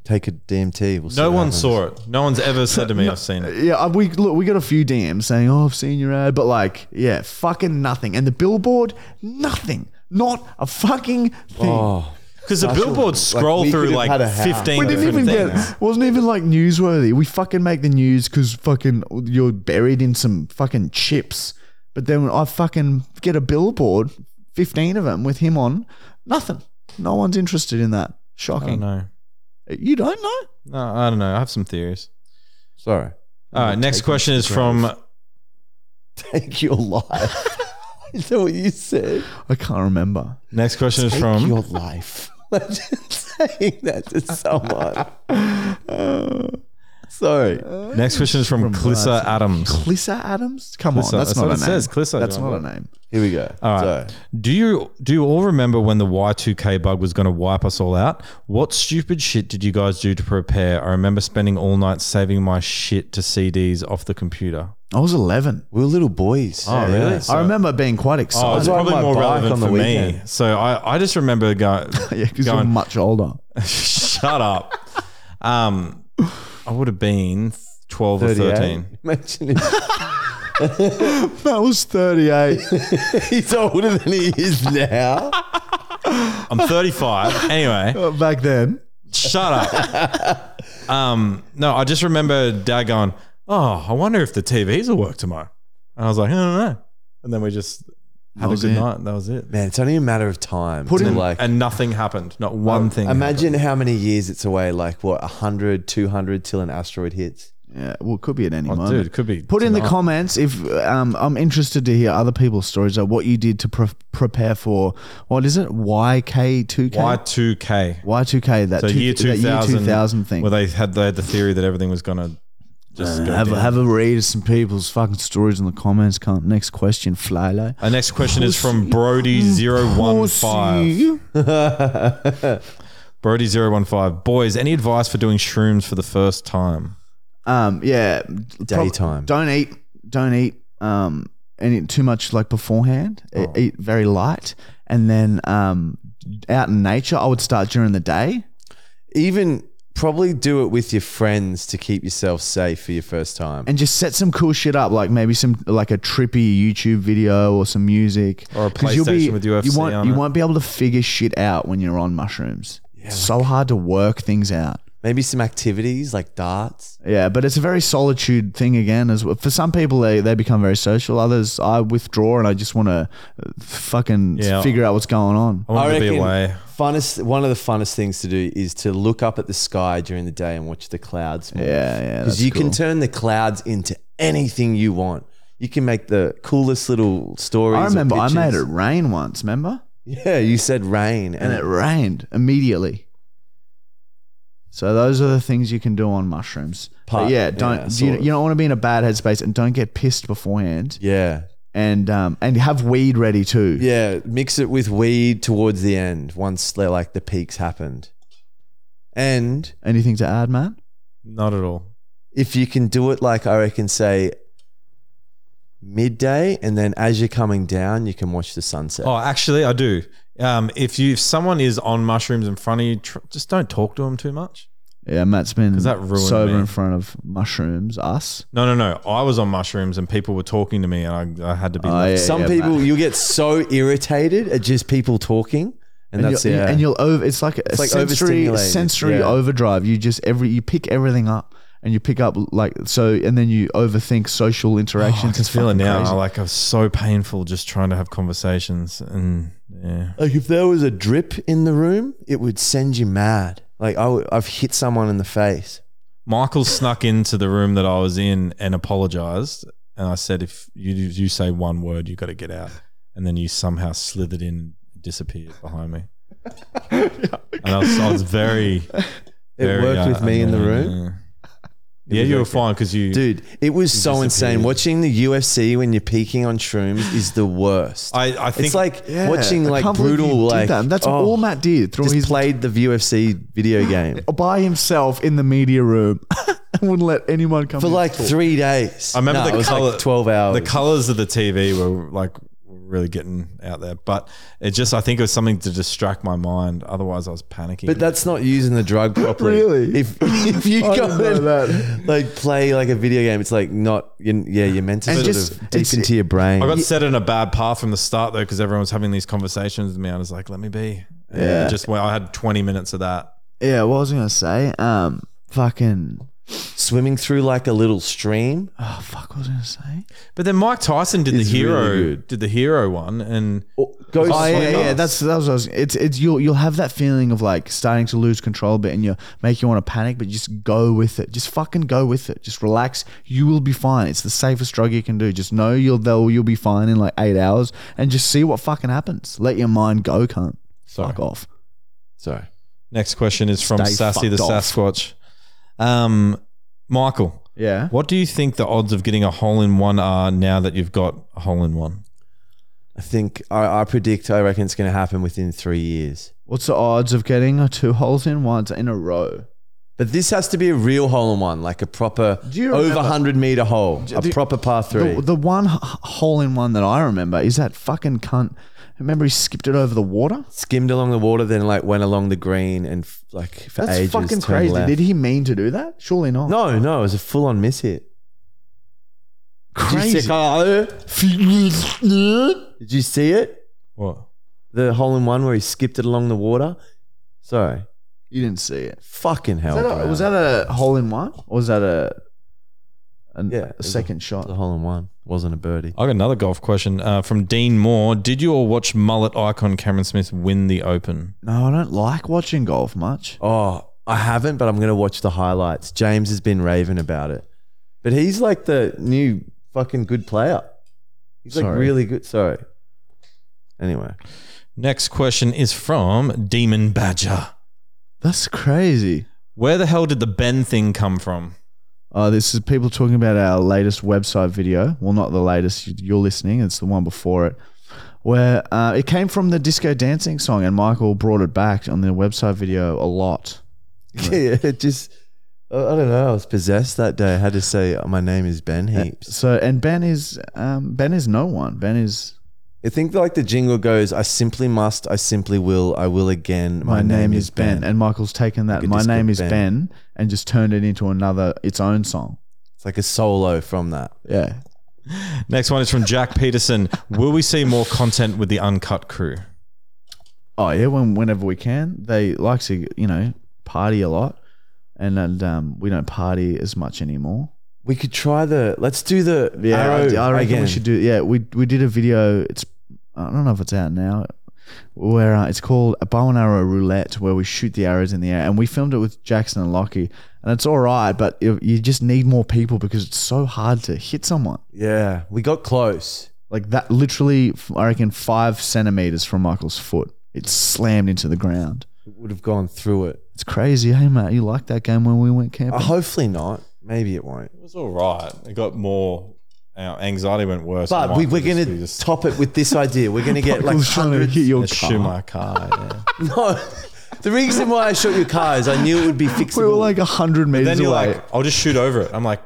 Take a DMT. We'll see No what one happens. saw it. No one's ever said to me, I've seen it. Yeah, uh, we look, we got a few DMs saying, oh, I've seen your ad, but like, yeah, fucking nothing. And the billboard, nothing. Not a fucking thing. Oh, Because the billboards like, scroll we through could've had a like house. 15 we didn't different even things. get wasn't even like newsworthy. We fucking make the news because fucking you're buried in some fucking chips. But then I fucking get a billboard, fifteen of them with him on. Nothing. No one's interested in that. I don't Shocking. know. you don't know? No, I don't know. I have some theories. Sorry. All right, next question is from Take your [laughs] life. Is that what you said? I can't remember. next question is Take from your life. [laughs] Imagine saying that to someone. Sorry. next question is from, Clissa Adams. Clissa Adams? Come on, that's, Clissa, that's not what a it name. says, Clissa, that's John. not a name. Here we go. All right. Do you do you all remember when the Y two K bug was going to wipe us all out? What stupid shit did you guys do to prepare? I remember spending all night saving my shit to CDs off the computer. I was eleven. We were little boys. Oh, really? So- I remember being quite Oh, excited. it's I'd ride probably my more bike relevant on the for me. weekend. So I, I just remember [laughs] going. [laughs] yeah, because you're going much older. [laughs] shut up. Um, I would have been twelve or 38. thirteen. Imagine if That was 38. [laughs] he's older than he is now. I'm 35. Anyway. Back then. Shut up. [laughs] um, no, I just remember dad going, Oh, I wonder if the TVs will work tomorrow. And I was like, I don't know. And then we just had a was good it. night. and That was it. Man, it's only a matter of time. Put to, in- like And nothing happened. Not one thing. Imagine how many years it's away. Like what, 100, 200 till an asteroid hits. Yeah, well, it could be at any happened. moment. Oh, dude, it could be. Put in the tonight. comments if um, I'm interested to hear other people's stories of what you did to pre- prepare for what is it YK2K Y2K. Y2K that, So two, year that 2000, year 2000 thing. Where they had, they had the theory that everything was going to just Uh, go have, down. have a read of some people's fucking stories in the comments. Cunt. Next question, Flylo. Our next question is from Mm, Brody015. Brody015. Boys, any advice for doing shrooms for the first time? Um, yeah, prob- Daytime. don't eat. Don't eat. Um, any too much like beforehand. E- Oh. Eat very light, and then um, out in nature. I would start during the day. Even probably do it with your friends to keep yourself safe for your first time. and just set some cool shit up, like maybe some like a trippy YouTube video or some music Or a 'Cause you'll be- PlayStation with UFC You won't, on you it. won't be able to figure shit out when you're on mushrooms. it's so hard to work things out. Maybe some activities like darts. Yeah, but it's a very solitude thing again. As well. for some people, they, they become very social. Others, I withdraw and I just want to fucking Yeah. figure out what's going on. I wanted to be away. funnest one of the funnest things to do is to look up at the sky during the day and watch the clouds. More. Yeah, yeah, because that's you can cool. turn the clouds into anything you want. You can make the coolest little stories. I or remember I made it pictures. rain once. Remember? Yeah, you said rain, and it rained immediately. So those are the things you can do on mushrooms. Part- but yeah, don't yeah, you, sort of. you don't want to be in a bad headspace and don't get pissed beforehand yeah, and um and have weed ready too. yeah. Mix it with weed towards the end once they're like the peaks happened, and Anything to add, man? Not at all. if you can do it like I reckon, say midday, and then as you're coming down, you can watch the sunset. Oh, actually, I do. Um, if you if someone is on mushrooms in front of you, tr- just don't talk to them too much. Yeah, Matt's been 'Cause that ruined sober me. in front of mushrooms. Us. No, no, no. I was on mushrooms and people were talking to me, and I, I had to be. Oh, left. yeah, Some yeah, people Matt. you get so irritated at just people talking, And, and, that's you'll, yeah. and you'll over. It's like a like sensory overstimulated. sensory Yeah. overdrive. You just every you pick everything up and you pick up like so, and then you overthink social Oh, I interactions. can It's feel it fucking now. crazy. Like I was so painful just trying to have conversations, and yeah, like if there was a drip in the room, it would send you mad. Like I w- I've hit someone in the face. Michael snuck into the room that I was in and apologized. And I said, if you you say one word, you got to get out. And then you somehow slithered in, and disappeared behind me. And I was, I was very. It very, worked uh, with me in the annoyed, room, Yeah, Yeah, you were fine because you. dude. It was so insane. disappeared. Watching the UFC when you're peaking on shrooms is the worst. I, I think it's like Yeah, watching I like can't believe you brutal did like that. that's oh, all Matt Oh, did through just his played the UFC video game by himself in the media room [laughs] and wouldn't let anyone come for in. like three days. I remember No, the it was colour- like twelve hours. the colors of the TV were like really getting out there, but it just I think it was something to distract my mind. Otherwise, I was panicking. But that's not using the drug properly. Really? [laughs] If if you I didn't go know and that. like play like a video game, it's like not. you- Yeah, you're meant to And sort just- of deep it's- into your brain. I got set in a bad path from the start though, because everyone was having these conversations with me. I was like, "Let me be." And Yeah. Just well, I had twenty minutes of that. yeah, what was I gonna say? Um, fucking Swimming through like a little stream. oh fuck, what was I gonna say? But then Mike Tyson did It's the hero, really good. did the hero one, and Or Go Oh yeah, swim. yeah, that's that was. What I was it's it's you'll you'll have that feeling of like starting to lose control a bit, and you make you want to panic, but just go with it. Just fucking go with it. Just relax. You will be fine. It's the safest drug you can do. Just know you'll though you'll be fine in like eight hours, and just see what fucking happens. Let your mind go, cunt. sorry. Fuck off. Sorry. Next question is from Stay Sassy the fucked off. Sasquatch. Um, Michael, Yeah. what do you think the odds of getting a hole in one are now that you've got a hole in one? I think I, I predict. I reckon it's going to happen within three years. What's the odds of getting two holes in once in a row? But this has to be a real hole in one, like a proper Do you over remember- hundred meter hole, a do- proper par three. The, the one h- hole in one that I remember is that fucking cunt. Remember he skipped it over the water? Skimmed along the water, then like went along the green and f- like for That's ages. fucking turned crazy. left. Did he mean to do that? Surely not. No, no, it was a full on miss hit. Did you, crazy. see, Did you see it? What? The hole in one where he skipped it along the water. Sorry. You didn't see it. Fucking hell. Was that, a, Brown. was that a hole in one? Or was that a an, Yeah, it a was a- second It shot? was a hole in one? Wasn't a birdie. I got another golf question uh, from Dean Moore. Did you all watch mullet icon Cameron Smith win the Open? No, I don't like watching golf much. Oh, I haven't, but I'm going to watch the highlights. James has been raving about it. But he's like the new fucking good player. He's like Sorry. really good. Sorry. Anyway, Next question is from Demon Badger. That's crazy. Where the hell did the Ben thing come from? Uh, this is people talking about our latest website video. Well, not the latest. you- You're listening. It's the one before it, where uh, it came from the disco dancing song, and Michael brought it back on the website video a lot. [laughs] yeah, it just, I I don't know. I was possessed that day. I had to say, "Oh, my name is Ben Uh, Heaps. So, and Ben is um, Ben is no one. Ben is I think like the jingle goes, I simply must, I simply will, I will again. my, name, is ben. and Michael's taken that Like a my disco name is Ben. ben. and just turned it into another its own song. It's like a solo from that. Yeah, Next one is from Jack Peterson. Will we see more content with the uncut crew? Oh yeah, when whenever we can, they like to you know party a lot, and, and um, we don't party as much anymore. We could try the, let's do the Yeah, arrow I, I reckon again. we should do. Yeah, we we did a video. It's I don't know if it's out now. Where uh, it's called a bow and arrow roulette, where we shoot the arrows in the air, and we filmed it with Jackson and Lockie, and it's all right, but you you just need more people because it's so hard to hit someone yeah, we got close. like that. Literally, I reckon five centimeters from Michael's foot, it slammed into the ground. It would have gone through it. It's crazy, hey mate. You like that game when we went Uh, Oh. camping? hopefully not. Maybe it won't. It was all right. It got more. Our anxiety went worse. But we, Mine we're would just going be to just top it with this idea. [laughs] We're going to get like Michael's trying to hundreds. hit your a shoe car. my car. Yeah. [laughs] No, the reason why I shot your car is I knew it would be fixable. We were like hundred meters then you're away. like, I'll just shoot over it. I'm like,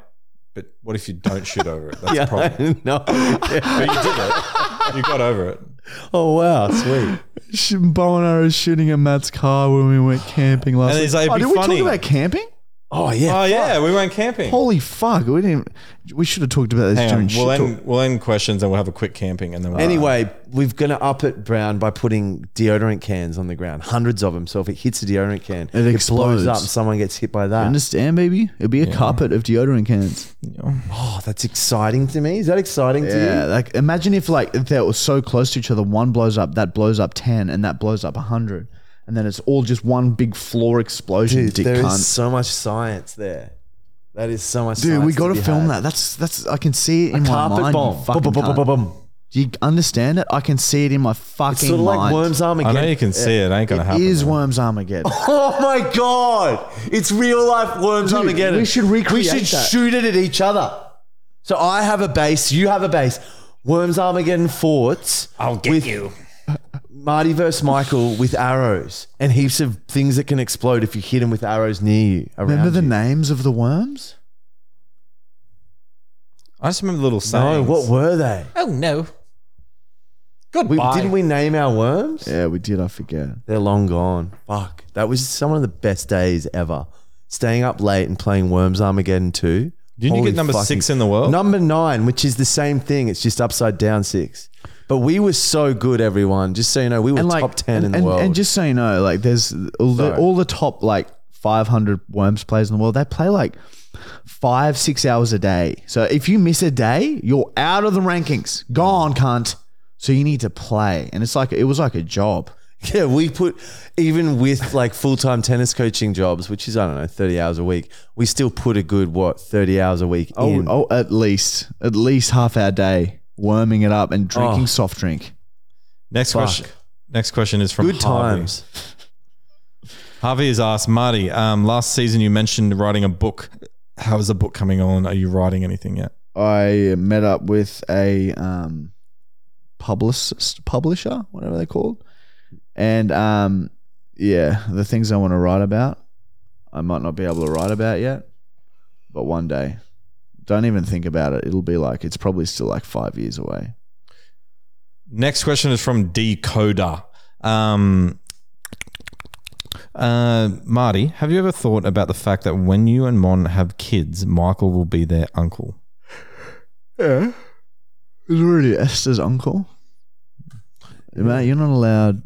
but what if you don't shoot over it? [laughs] That's yeah, the problem. [laughs] no. But you did it. You got over it. [laughs] Oh wow, sweet. Sh- bow and arrow shooting at Matt's car when we went camping last And week. he's like, oh, "Be did we funny." talk about camping? Oh yeah. Oh yeah, we went camping. Holy fuck, we didn't. We should have talked about this Hang during on. We'll shit talk. end, we'll end questions and we'll have a quick camping and then we'll Anyway, we're going to up it, Brown, by putting deodorant cans on the ground, hundreds of them. So if it hits a deodorant can, it, blows explodes. up and someone gets hit by that. Understand, baby? It'd be a carpet of deodorant cans. Oh, that's exciting to me. Is that exciting to you? Yeah, like imagine if like if they were so close to each other, one blows up, that blows up ten, and that blows up hundred, and then it's all just one big floor explosion. Dude, dick there cunt. is so much science there. That is so much. Dude, science we got to be film had. that. That's that's I can see it in my Carpet mind. you bomb. fucking Bum, bum, bum, cunt. bum, bum. Do you understand it? I can see it in my fucking It's sort of mind. like Worms I know you Armageddon. can see it. It ain't gonna It happen. is man. Worms Armageddon. Oh my god! It's real life Worms Dude, Armageddon. we should recreate We should that. shoot it at each other. So I have a base. You have a base. Worms Armageddon forts. I'll get you. Marty versus Michael with arrows and heaps of things that can explode if you hit them with arrows near you. Around Remember the you. names of the worms? I just remember little No, sayings. what were they? Oh no. Goodbye. We, didn't we name our worms? Yeah, we did. I forget. They're long gone. Fuck. That was some of the best days ever. Staying up late and playing Worms Armageddon 2. Didn't you Holy get number fucking- six in the world? Number nine, which is the same thing. It's just upside down six. But we were so good, everyone. Just so you know, we were And like top 10 in and, the and, world. and just so you know, like there's all the, Sorry. all the top like 500 worms players in the world. They play like five, six hours a day. So if you miss a day, you're out of the rankings. Gone, cunt. So you need to play, and it's like it was like a job. [laughs] yeah, we put, even with like full time tennis coaching jobs, which is, I don't know, 30 hours a week, we still put a good, what, 30 hours a week Oh, in. oh, at least at least half our day worming it up and drinking Oh. soft drink. Next Fuck. question. Next question is from good Harvey. times. Harvey has asked Marty. Um, last season you mentioned writing a book. How is the book coming on? Are you writing anything yet? I met up with a um, publicist, publisher, whatever they're called, and um, yeah, the things I want to write about, I might not be able to write about yet, but one day. Don't even think about it. It'll be like it's probably still like five years away. Next question is from Decoder. Um, uh, Marty, have you ever thought about the fact that when you and Mon have kids, Michael will be their uncle? Yeah, it's already Esther's uncle. Mate, you're not allowed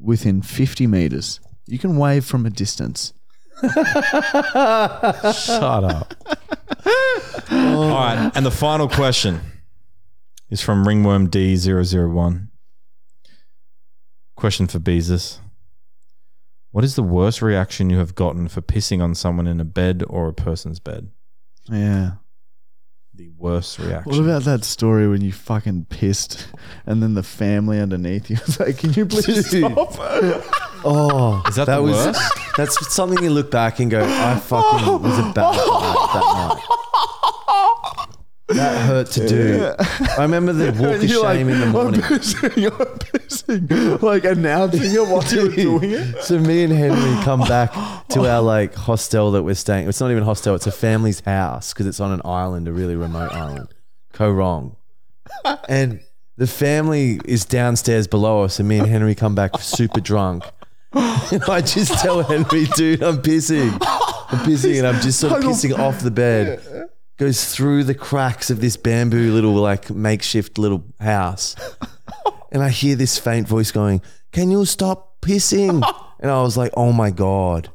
within 50 meters. You can wave from a distance. Shut up. All right. And the final question is from Ringworm D001. Question for Beezus. What is the worst reaction you have gotten for pissing on someone in a bed or a person's bed? Yeah. The worst reaction. What about that story when you fucking pissed and then the family underneath you was like, can you please stop? [laughs] Oh, Is that the worst? That's something you look back and go, I fucking was a bad night that night. That hurt [laughs] to do. I remember the walk of And you're shame like, in the morning. I'm pissing, you're [laughs] pissing. Like announcing it while you were doing it. [laughs] So me and Henry come back to our like hostel that we're staying. It's not even a hostel. It's a family's house because it's on an island, a really remote island, Koh Rong. And the family is downstairs below us, and me and Henry come back super drunk. And I just tell Henry, dude, I'm pissing. I'm pissing, and I'm just sort of pissing off the bed. Goes through the cracks of this bamboo little like makeshift little house and I hear this faint voice going, "Can you [laughs] stop pissing?" and I was like, "Oh my god,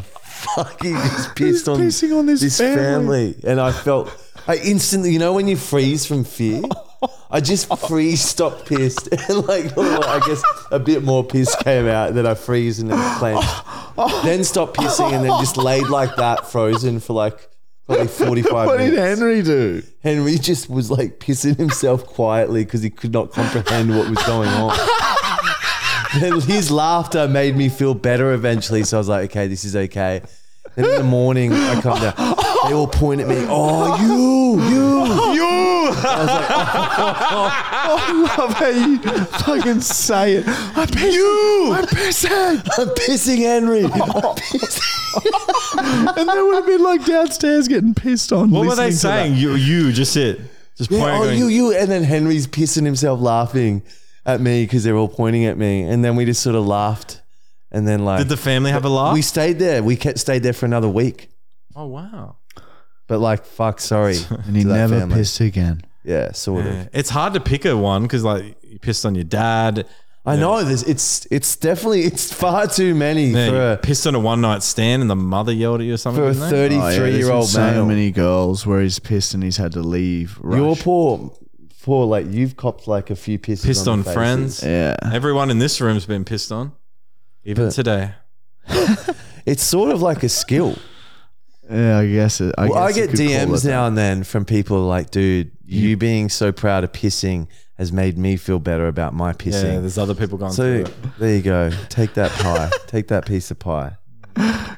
[laughs] fucking just pissed on pissing on this family. family," and I felt. I instantly, you know, when you freeze from fear, [laughs] I just freeze, stop, pissed, [laughs] and like I guess a bit more piss came out. And then I freeze and [laughs] then clenched, then stop pissing, and then just laid like that, frozen for like [laughs] probably forty-five What did minutes. Henry do? Henry just was like pissing himself quietly because he could not comprehend what was going on. Then his laughter made me feel better eventually, so I was like, okay, this is okay. Then in the morning, I come down. They all point at me. Oh, you, you. "Oh, [laughs] I love how you fucking say it. I'm pissing. I'm pissing. I'm pissing Henry. I'm pissing. And they would have been like downstairs getting pissed on. What were listening they to that. saying? You, you, just it. Just Yeah, pointing. oh, going, you, you. And then Henry's pissing himself laughing at me because they're all pointing at me. And then we just sort of laughed. And then, like, Did the family have a laugh? we stayed there. We kept, stayed there for another week. oh, wow. But like, fuck, sorry. [laughs] And he to that never family. pissed again. Yeah, sort of. It's hard to pick a one because, like, you pissed on your dad. I know there's it's it's definitely it's far too many Yeah, for you a pissed on a one night stand and the mother yelled at you or something. for a didn't they? thirty Oh, yeah, three there's year been old So man. many girls where he's pissed and he's had to leave. Rush. You're poor poor like you've copped like a few pisses. Pissed on, on the faces. friends. Yeah. Everyone in this room's been pissed on, even But- today. It's sort of like a skill. Yeah, I guess it. I, well, I guess you get could call it DMs that. now and then from people like, dude, you, being so proud of pissing has made me feel better about my Yeah, pissing. there's other people going so through it. there you go. Take that pie. [laughs] Take that piece of pie.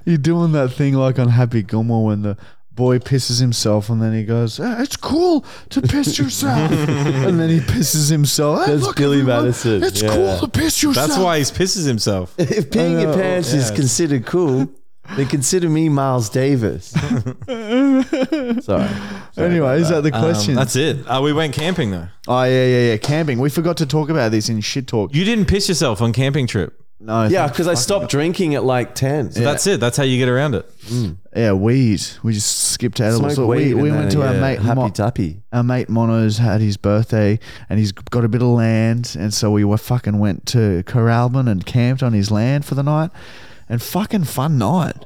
You're doing that thing like on Happy Gilmore when the boy pisses himself and then he goes, "Ah, "It's cool to piss [laughs] yourself," and then he pisses himself. Hey, That's look, Billy everyone, Madison, It's yeah. cool to piss yourself. That's why he pisses [laughs] himself. If peeing your pants is yeah. considered cool, then consider me Miles [laughs] Davis. Sorry. Anyway, is that the Um, question? That's it. Uh, we went camping though. oh yeah, yeah, yeah. Camping. We forgot to talk about this in shit talk. You didn't piss yourself on camping trip. no, Yeah, thank- because I stopped drinking at like 10. So That's it. That's how you get around it. yeah, weed. We just skipped out. Smoked So weed we we and went then, to our yeah, mate Happy Mo- Tuppy. our mate Mono's had his birthday and he's got a bit of land. And so we were fucking went to Coralman and camped on his land for the night. And fucking fun night.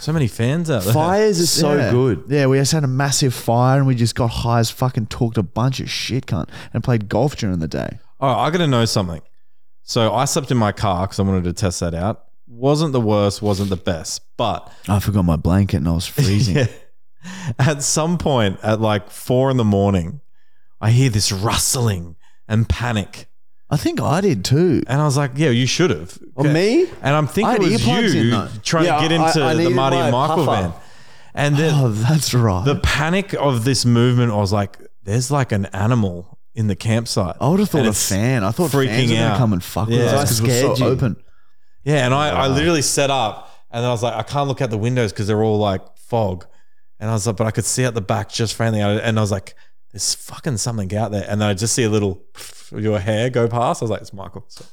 So many fans out [laughs] there. [laughs] Fires are so Yeah. good. Yeah, we just had a massive fire and we just got high as fucking talked a bunch of shit, cunt, and played golf during the day. Oh, I got to know something. So I slept in my car because I wanted to test that out. Wasn't the worst, wasn't the best, but I forgot my blanket and I was [laughs] freezing. Yeah. At some point, at like four in the morning, I hear this rustling and panic, I think I did [laughs] too. and I was like, "Yeah, you should have." On me? And I'm I thinking it had was earplugs in you though. trying Yeah, to get I- into I the needed Marty my and Michael puffer. van, and then Oh, that's right. the panic of this movement. I was like, "There's like an animal in the campsite." I would have thought And a it's- fan. I thought freaking fans were going out. to come and fuck with Yeah. us because we're Scared so you. open. Yeah, and I, I literally set up and then I was like, I can't look out the windows because they're all like fog. And I was like, but I could see out the back just faintly. And I- And I was like, there's fucking something out there. And then I just see a little [laughs] of your hair go past. I was like, it's Michael. So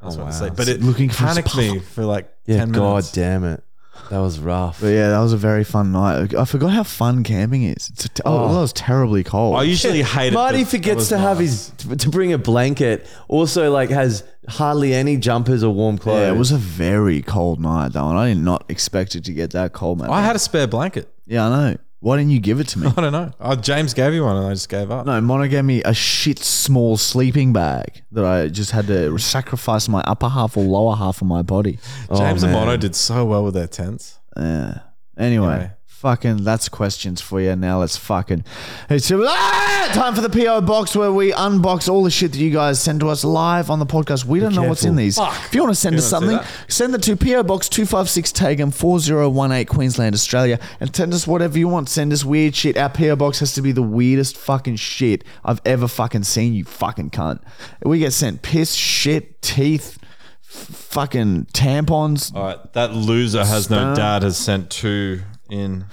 I just wanted to say, but it Oh, Looking for his panicked me for like Yeah, 10 God minutes. damn it. That was rough. But yeah, that was a very fun night. I forgot how fun camping is. It's a te- oh, Oh. that was terribly cold. I usually hate it. Marty but that forgets was to have nice. his to to bring a blanket. Also, like has hardly any jumpers or warm clothes. yeah, it was a very cold night that one. I did not expect it to get that cold, man. I had a spare blanket. yeah, I know. Why didn't you give it to [laughs] me? I don't know. Oh, James gave you one, and I just gave up. No, Mono gave me a shit small sleeping bag that I just had to sacrifice my upper half or lower half of my body. James and man. Mono did so well with their tents. Yeah. Anyway, Anyway. fucking that's questions for you. Now let's fucking it's ah, time for the PO box where we unbox all the shit that you guys send to us live on the podcast. We don't know what's in these. If you want to send us You wanna something, see send it to PO Box two five six Tagum four zero one eight Queensland Australia and send us whatever you want. Send us weird shit. Our PO box has to be the weirdest fucking shit I've ever fucking seen. You fucking cunt. We get sent piss, shit, teeth. f- Fucking tampons. All right, that loser has no Sperm. dad has sent two in.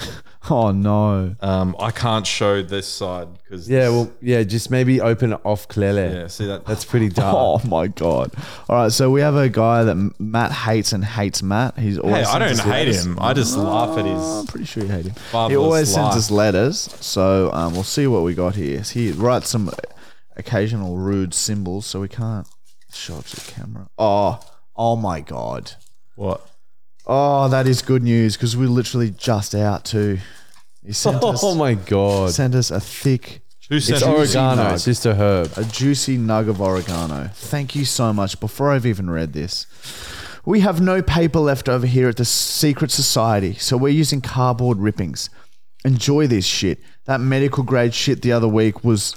Oh no. Um, I can't show this side because yeah, well, yeah. Just maybe open it off clearly. yeah. See that? That's pretty dark. [laughs] Oh [laughs] my god! All right, so we have a guy that M- Matt hates and hates Matt. He's hey, always I don't sends us hate letters. him. I just laugh at I'm his. pretty sure you hate him. He Marvelous always life. sends us letters, so um, we'll see what we got here. He writes some occasional rude symbols, so we can't show up to the camera. Oh, oh my god! What? Oh, that is good news because we're literally just out too. He [laughs] sent us [laughs] Oh my god. sent us a thick Who sent It's you? oregano. nug. It's just a herb. a juicy nug of oregano. Thank you so much. Before I've even read this, we have no paper left over here at the Secret Society, so we're using cardboard rippings. Enjoy this shit. That medical grade shit the other week was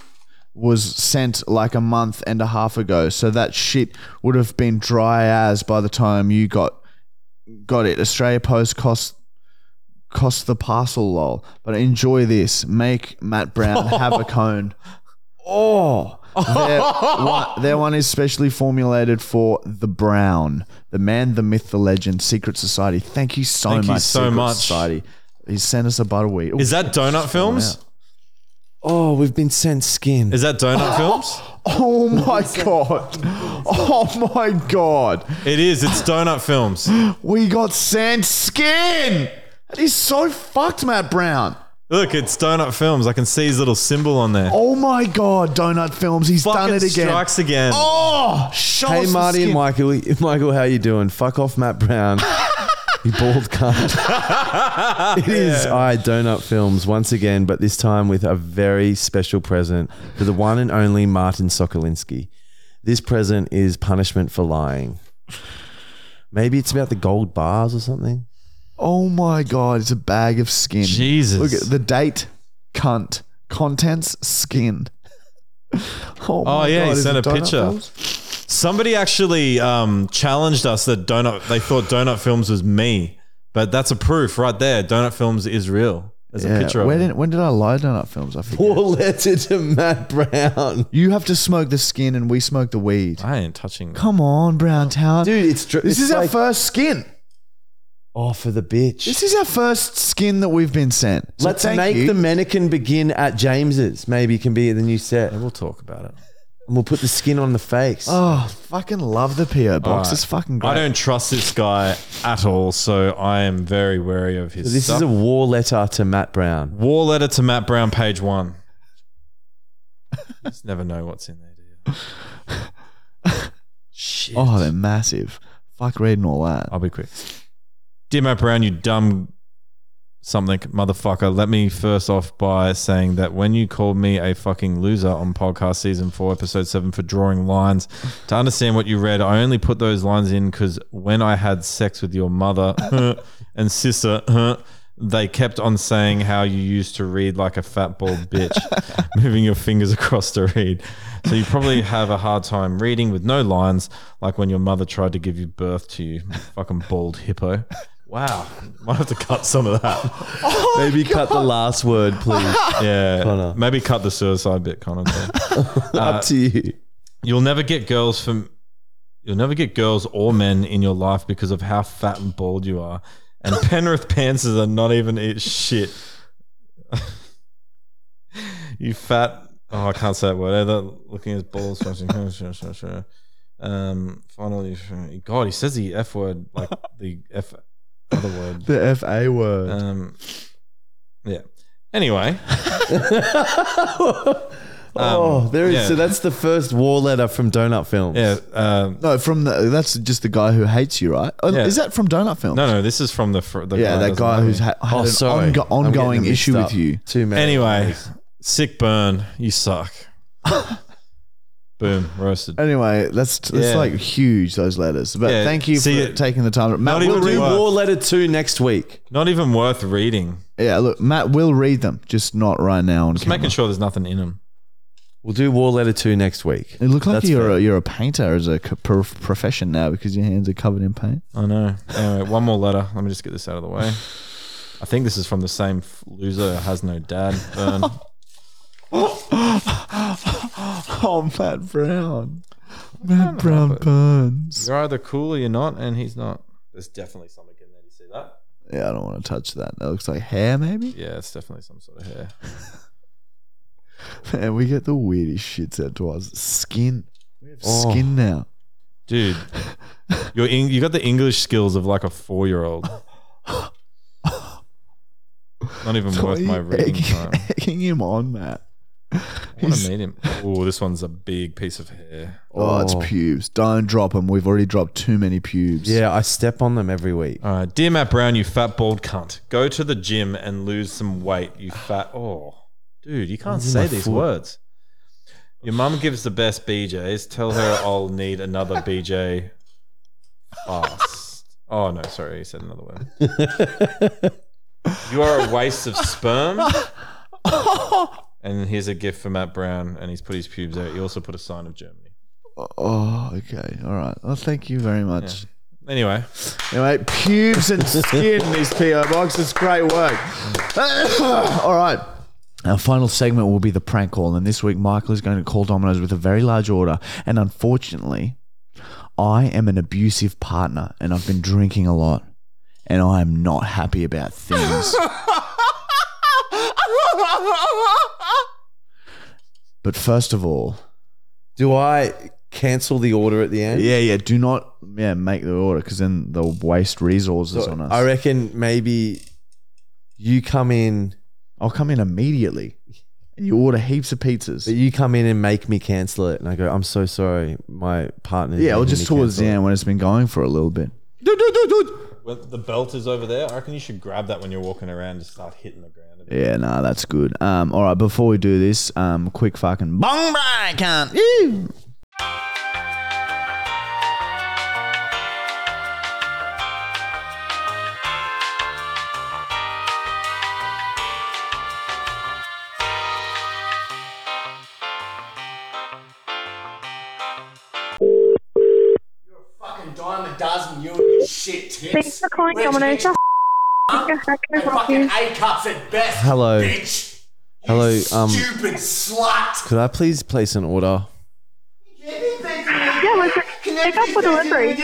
was sent like a month and a half ago, so that shit would have been dry as by the time you got got it. Australia Post cost cost the parcel lol. But enjoy this. Make Matt [laughs] Brown have a cone. Oh, their one, their one is specially formulated for the Brown, the man, the myth, the legend, Secret Society. Thank you so Thank you much, so Secret much. Society. He sent us a butterweed. Ooh, Is that Donut Films? Oh, we've been sent skin. Is [laughs] that Donut Films? [laughs] [laughs] Oh my god! Oh my god! It is. It's Donut Films. We got sand skin. That is so fucked, Matt Brown. Look, it's Donut Films. I can see his little symbol on there. Oh my god! Donut films. He's Fucking done it again. Strikes again. Oh, show Hey, us the Marty and skin. Michael. [laughs] Michael, how you doing? Fuck off, [laughs] Matt Brown. you bald cunt. it is I Donut Films once again, but this time with a very special present for the one and only Martin Sokolinski. This present is punishment for lying. Maybe it's about the gold bars [laughs] or something. Oh my god, it's a bag of skin. Jesus. Look at the date, cunt. Contents, skin. [laughs] Oh, my yeah, he God, is sent it a donut picture. holes? Somebody actually um, challenged us that Donut. They thought Donut Films was me, but that's a proof right there. Donut Films is real. There's Yeah. a picture of Where it. did, when did I lie donut films? I forget. Or letter to Matt Brown. You have to smoke the skin and we smoke the weed. I ain't touching. Come on, Brown Town. Dude, it's dr- this it's is our like, first skin. oh for the bitch. This is our first skin that we've been sent. So Let's thank make you. the mannequin begin at James's. Maybe it can be the new set. We'll talk about it. And we'll put the skin on the face. Oh, fucking love the PO box. Alright. It's fucking great. I don't trust this guy at all, so I am very wary of his. this stuff. is a war letter to Matt Brown. war letter to Matt Brown, page one. [laughs] you just never know what's in there, do you? Shit. oh, they're massive. Fuck reading all that. I'll be quick. Dear Matt Brown, you dumb something motherfucker, let me first off by saying that when you called me a fucking loser on podcast season four, episode seven for drawing lines, to understand what you read, I only put those lines in because when I had sex with your mother [laughs] and sister, they kept on saying how you used to read like a fat bald bitch, moving your fingers across to read. So you probably have a hard time reading with no lines, like when your mother tried to give you birth to you, fucking bald hippo. Wow, [laughs] might have to cut some of that. Maybe cut the last word, please. Yeah, Connor. maybe cut the suicide bit, Connor. [laughs] but- Uh, Up to you. You'll never get girls from. You'll never get girls or men in your life because of how fat and bald you are, and [laughs] Penrith pantsers are not even eat shit. [laughs] you fat. Oh, I can't say that word. Either looking as balls. Um, finally, God, he says the f word like the f. another word. The FA word. Um, yeah. Anyway, oh, Um, there is. yeah. So that's the first war letter from Donut Films. yeah. Um, no, from the that's just the guy who hates you, right? Oh, Yeah. Is that from Donut Film? no, no. This is from the fr- the Yeah, that doesn't guy know who's me. ha- had Oh, an sorry. ongo- I'm getting ongoing them mixed issue up. with you. Too many. anyway. Sick burn. You suck. Boom. Roasted. Anyway, that's that's Yeah. like huge those letters. But Yeah. thank you See, for taking the time. Matt, not even will Do do, real- Worth. war letter two next week. Not even worth reading. yeah, look, Matt will read them, just not right now on Just camera. making sure there's nothing in them. We'll do war letter two next week. It looks like That's you're fair. a, you're a painter as a co- pro- profession now because your hands are covered in paint. I know. Anyway, one more letter. Let me just get this out of the way. I think this is from the same f- loser who has no dad. [laughs] Burn. Oh, Matt Brown. Matt Brown burns. You're either cool or you're not, and he's not. There's definitely something in there. You see that? Yeah, I don't want to touch that. That looks like hair, maybe. Yeah, it's definitely some sort of hair. Man, we get the weirdest shit sent to us. Skin. We have Oh. skin now. Dude, you're in, you got the English skills of like a four year old. Not even Why are worth my you reading [laughs] egging, time. I egging him on, Matt. want to meet him. Oh, this one's a big piece of hair. Oh, it's Oh. pubes. Don't drop them. We've already dropped too many pubes. Yeah, I step on them every week. All right, dear Matt Brown, you fat bald cunt. Go to the gym and lose some weight. You fat. Oh, dude, you can't say these words. Your mum gives the best BJ's. Tell her I'll need another BJ fast. Oh no, sorry, you said another word. you are a waste of sperm. and here's a gift for Matt Brown, and he's put his pubes out. He also put a sign of Germany. Oh, okay. All right. Well, thank you very much. Anyway, Anyway, pubes and skin, these PO boxes. Great work. [coughs] All right. Our final segment will be the prank call, and this week Michael is going to call Domino's with a very large order. And unfortunately, I am an abusive partner, and I've been drinking a lot, and I am not happy about things. but first of all, Do I cancel the order at the end? yeah, yeah, do not yeah make the order because then they'll waste resources on So us. I reckon maybe you come in, I'll come in immediately. And you order heaps of pizzas. but you come in and make me cancel it, and I go, "I'm so sorry, my partner." yeah, or just towards the end when it's been going for a little bit. Well, the belt is over there. I reckon you should grab that when you're walking around and start hitting the ground. a bit. Yeah, nah, that's good. Um, all right, before we do this, um, quick fucking bong break, can't you? dime a dozen, you and your shit tips. Thanks for calling Where'd you Domino's. get your How can I f- help fucking you? A cups at best? Hello. Bitch. You Hello, um- Stupid slut. Could I please place an order? Yeah, was it pick up for delivery?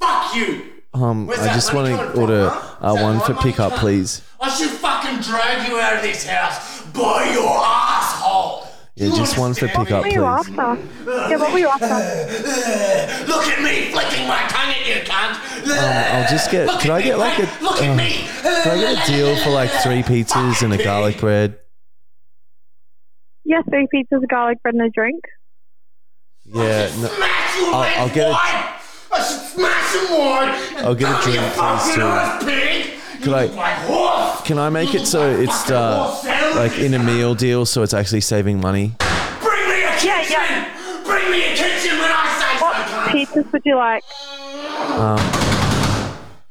Fuck you. Um, Where's I that just money want coming to from, order huh? uh, Is that one my for money pickup, coming? please. I should fucking drag you out of this house by your asshole. Yeah, just one for pickup, What were you please. after? Yeah, what were you after? Look at me flicking my tongue at you, cunt. I'll just get- Look could at I me, get like a- cunt. Look at uh, me. Can I get a deal for like three pizzas and a garlic bread? Yeah, three pizzas, garlic bread, and a drink. Yeah, Uh, no, Smash you I'll- in I'll get a- one. I should smash you one. I'll get a You drink please fucking too. horse pig. Could I- My horse. Can I make it so it's uh, like in a meal deal, so it's actually saving money? Bring me a kitchen. Yeah, yeah. Bring me a kitchen when I say What so, cunt. pizzas would you like?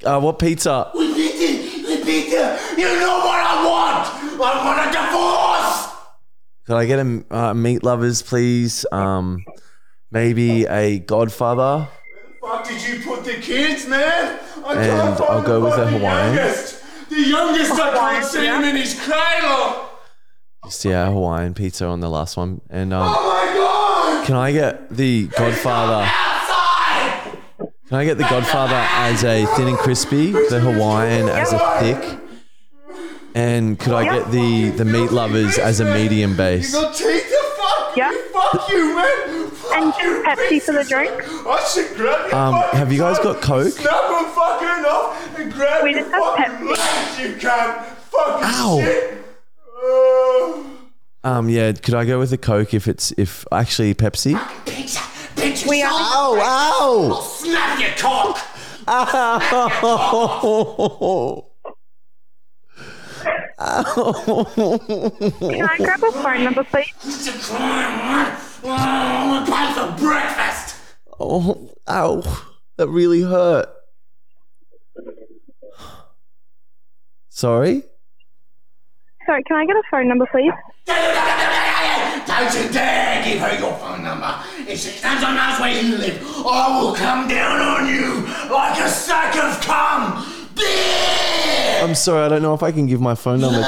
Uh, what pizza? Repeat it. Repeat it. You know what I want. I want a divorce. Could I get a uh, meat lovers, please? Um, maybe a Godfather. Fuck did you put the kids, man? I And can't find I'll go the with the fucking Hawaiian. Youngest. The youngest, I Hawaiian, can't see yeah. him in his cradle. Just, yeah, Hawaiian pizza on the last one. And um, Oh my god! can I get the Godfather? Outside! Can I get the Godfather as a thin and crispy, the Hawaiian as a thick, and could I get the the meat lovers as a medium You base? got teeth to fuck? Yeah. Fuck you, man! Fuck And you, Pepsi bitch. for the drink? I should grab your Um, fucking have you guys throat, got Coke? Snap him fucking off We just have pet peeves. Ow. Uh, Um, yeah, could I go with a Coke if it's if actually Pepsi? Pizza, pizza. We are- Ow, Snap your cock. ow. Can I grab a phone number, please? It's a crime. We'll pay for breakfast. Oh, ow. That really hurt. Sorry? Sorry, can I get a phone number, please? Don't you dare give her your phone number. If she comes on us where you live, I will come down on you like a sack of cum. Bitch! I'm sorry, I don't know if I can give my phone number to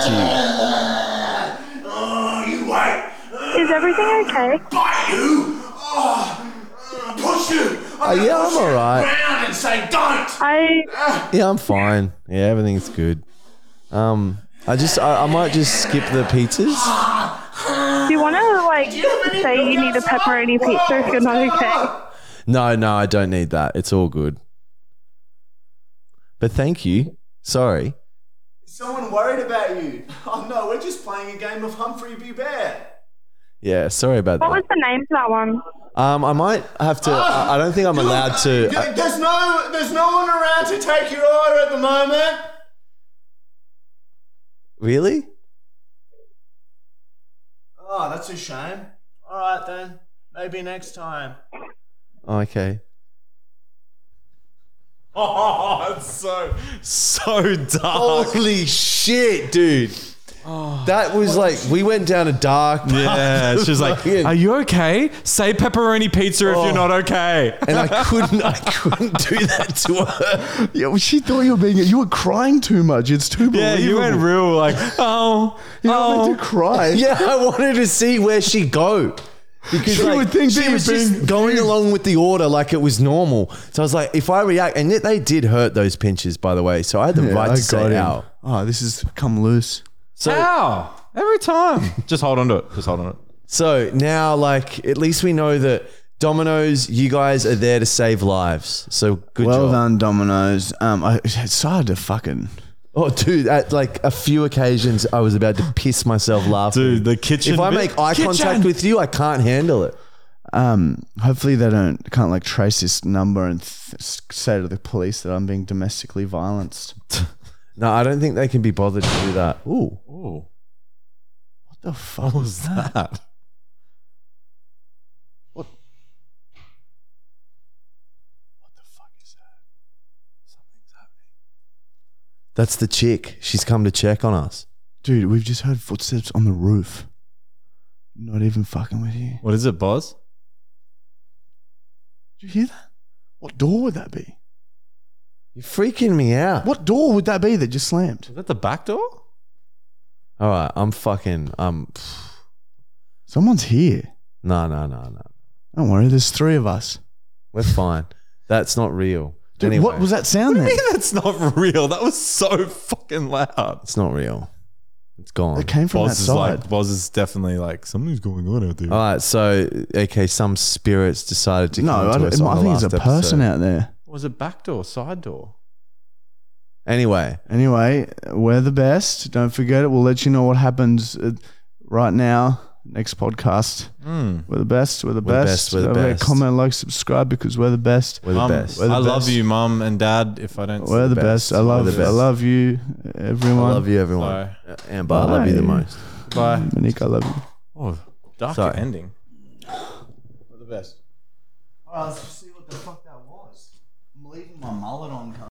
Oh, you wait. Is everything okay? Bite you. Oh, uh, push you. Oh, yeah, I'm all right. Around and say don't. I you. Yeah, I'm fine. Yeah, everything's good. Um, I just, I, I might just skip the pizzas. [gasps] do you want to like say you need a pepperoni pizza if you're not okay? No, no, I don't need that. It's all good. But thank you. Sorry. Someone worried about you. [laughs] Oh no, we're just playing a game of Humphrey B. Bear. Yeah, sorry about What was that. the name for that one? Um, I might have to. I, I don't [gasps] think I'm allowed to. uh, I- There's no, there's no one around to take your order at the moment. really? Oh, that's a shame. All right then, maybe next time. Okay. [laughs] Oh, it's so so dark. Holy shit, dude. that was like we went down a dark Yeah, she's [laughs] like, Fucking- "Are you okay? Say pepperoni pizza if you're not okay." and I couldn't I couldn't do that to her. Yeah, well, she thought you were being, you were crying too much. It's too Yeah, believable. you went real like, "Oh, [laughs] You're not oh." meant to cry. Yeah, I wanted to see where she go. Because She like, would think that she you're was just being- going along with the order like it was normal. So I was like, if I react and yet they did hurt those pinches, by the way. So I had the Yeah, right I to say got it him. out. Oh, this has come loose. So Ow. Every time. Just hold on to it. Just hold on to it. So now, like, at least we know that Domino's, you guys are there to save lives. So good well job. done, Dominoes. Um, I, it's hard to fucking. Oh, dude, at like a few occasions, I was about to piss myself laughing. Dude, the kitchen. if I bit- make eye Kitchen! contact with you, I can't handle it. Um, hopefully they don't can't like trace this number and th- say to the police that I'm being domestically violenced. No, I don't think they can be bothered to do that. Ooh, Ooh, What the fuck was that? that. that's the chick. She's come to check on us. Dude, we've just heard footsteps on the roof. Not even fucking with you. What is it, Boz? Did you hear that? What door would that be? You're freaking me out. What door would that be that just slammed? Is that the back door? All right, I'm fucking. Um, Someone's here. no, no, no, no. Don't worry, there's three of us. We're fine. That's not real. Dude, anyway, what was that sound I then? mean, that's not real. That was so fucking loud. It's not real. It's gone. It came from that Boz is side. like, Boz is definitely like, something's going on out there. All right, so okay, some spirits decided to. no, come I, to don't- us on I the think it's a last person episode. out there. was it back door, side door? Anyway, Anyway, we're the best. Don't forget it. We'll let you know what happens uh, right now. Next podcast. We're the best. We're the Hmm. We're best. the best, we're the Don't forget, best. Comment, like, subscribe because we're the best. we're the Mum, best. We're the Um, I love best. you, mum and dad. If I don't, We're the best. I We're love. the best. I love you, everyone. I love you, everyone. Bye. Uh, Amber, I love you the Bye. most. Bye. Monique, I love you. Oh, dark Sorry. ending. All right, let's see what the fuck that was. I'm leaving my mullet on, cunt.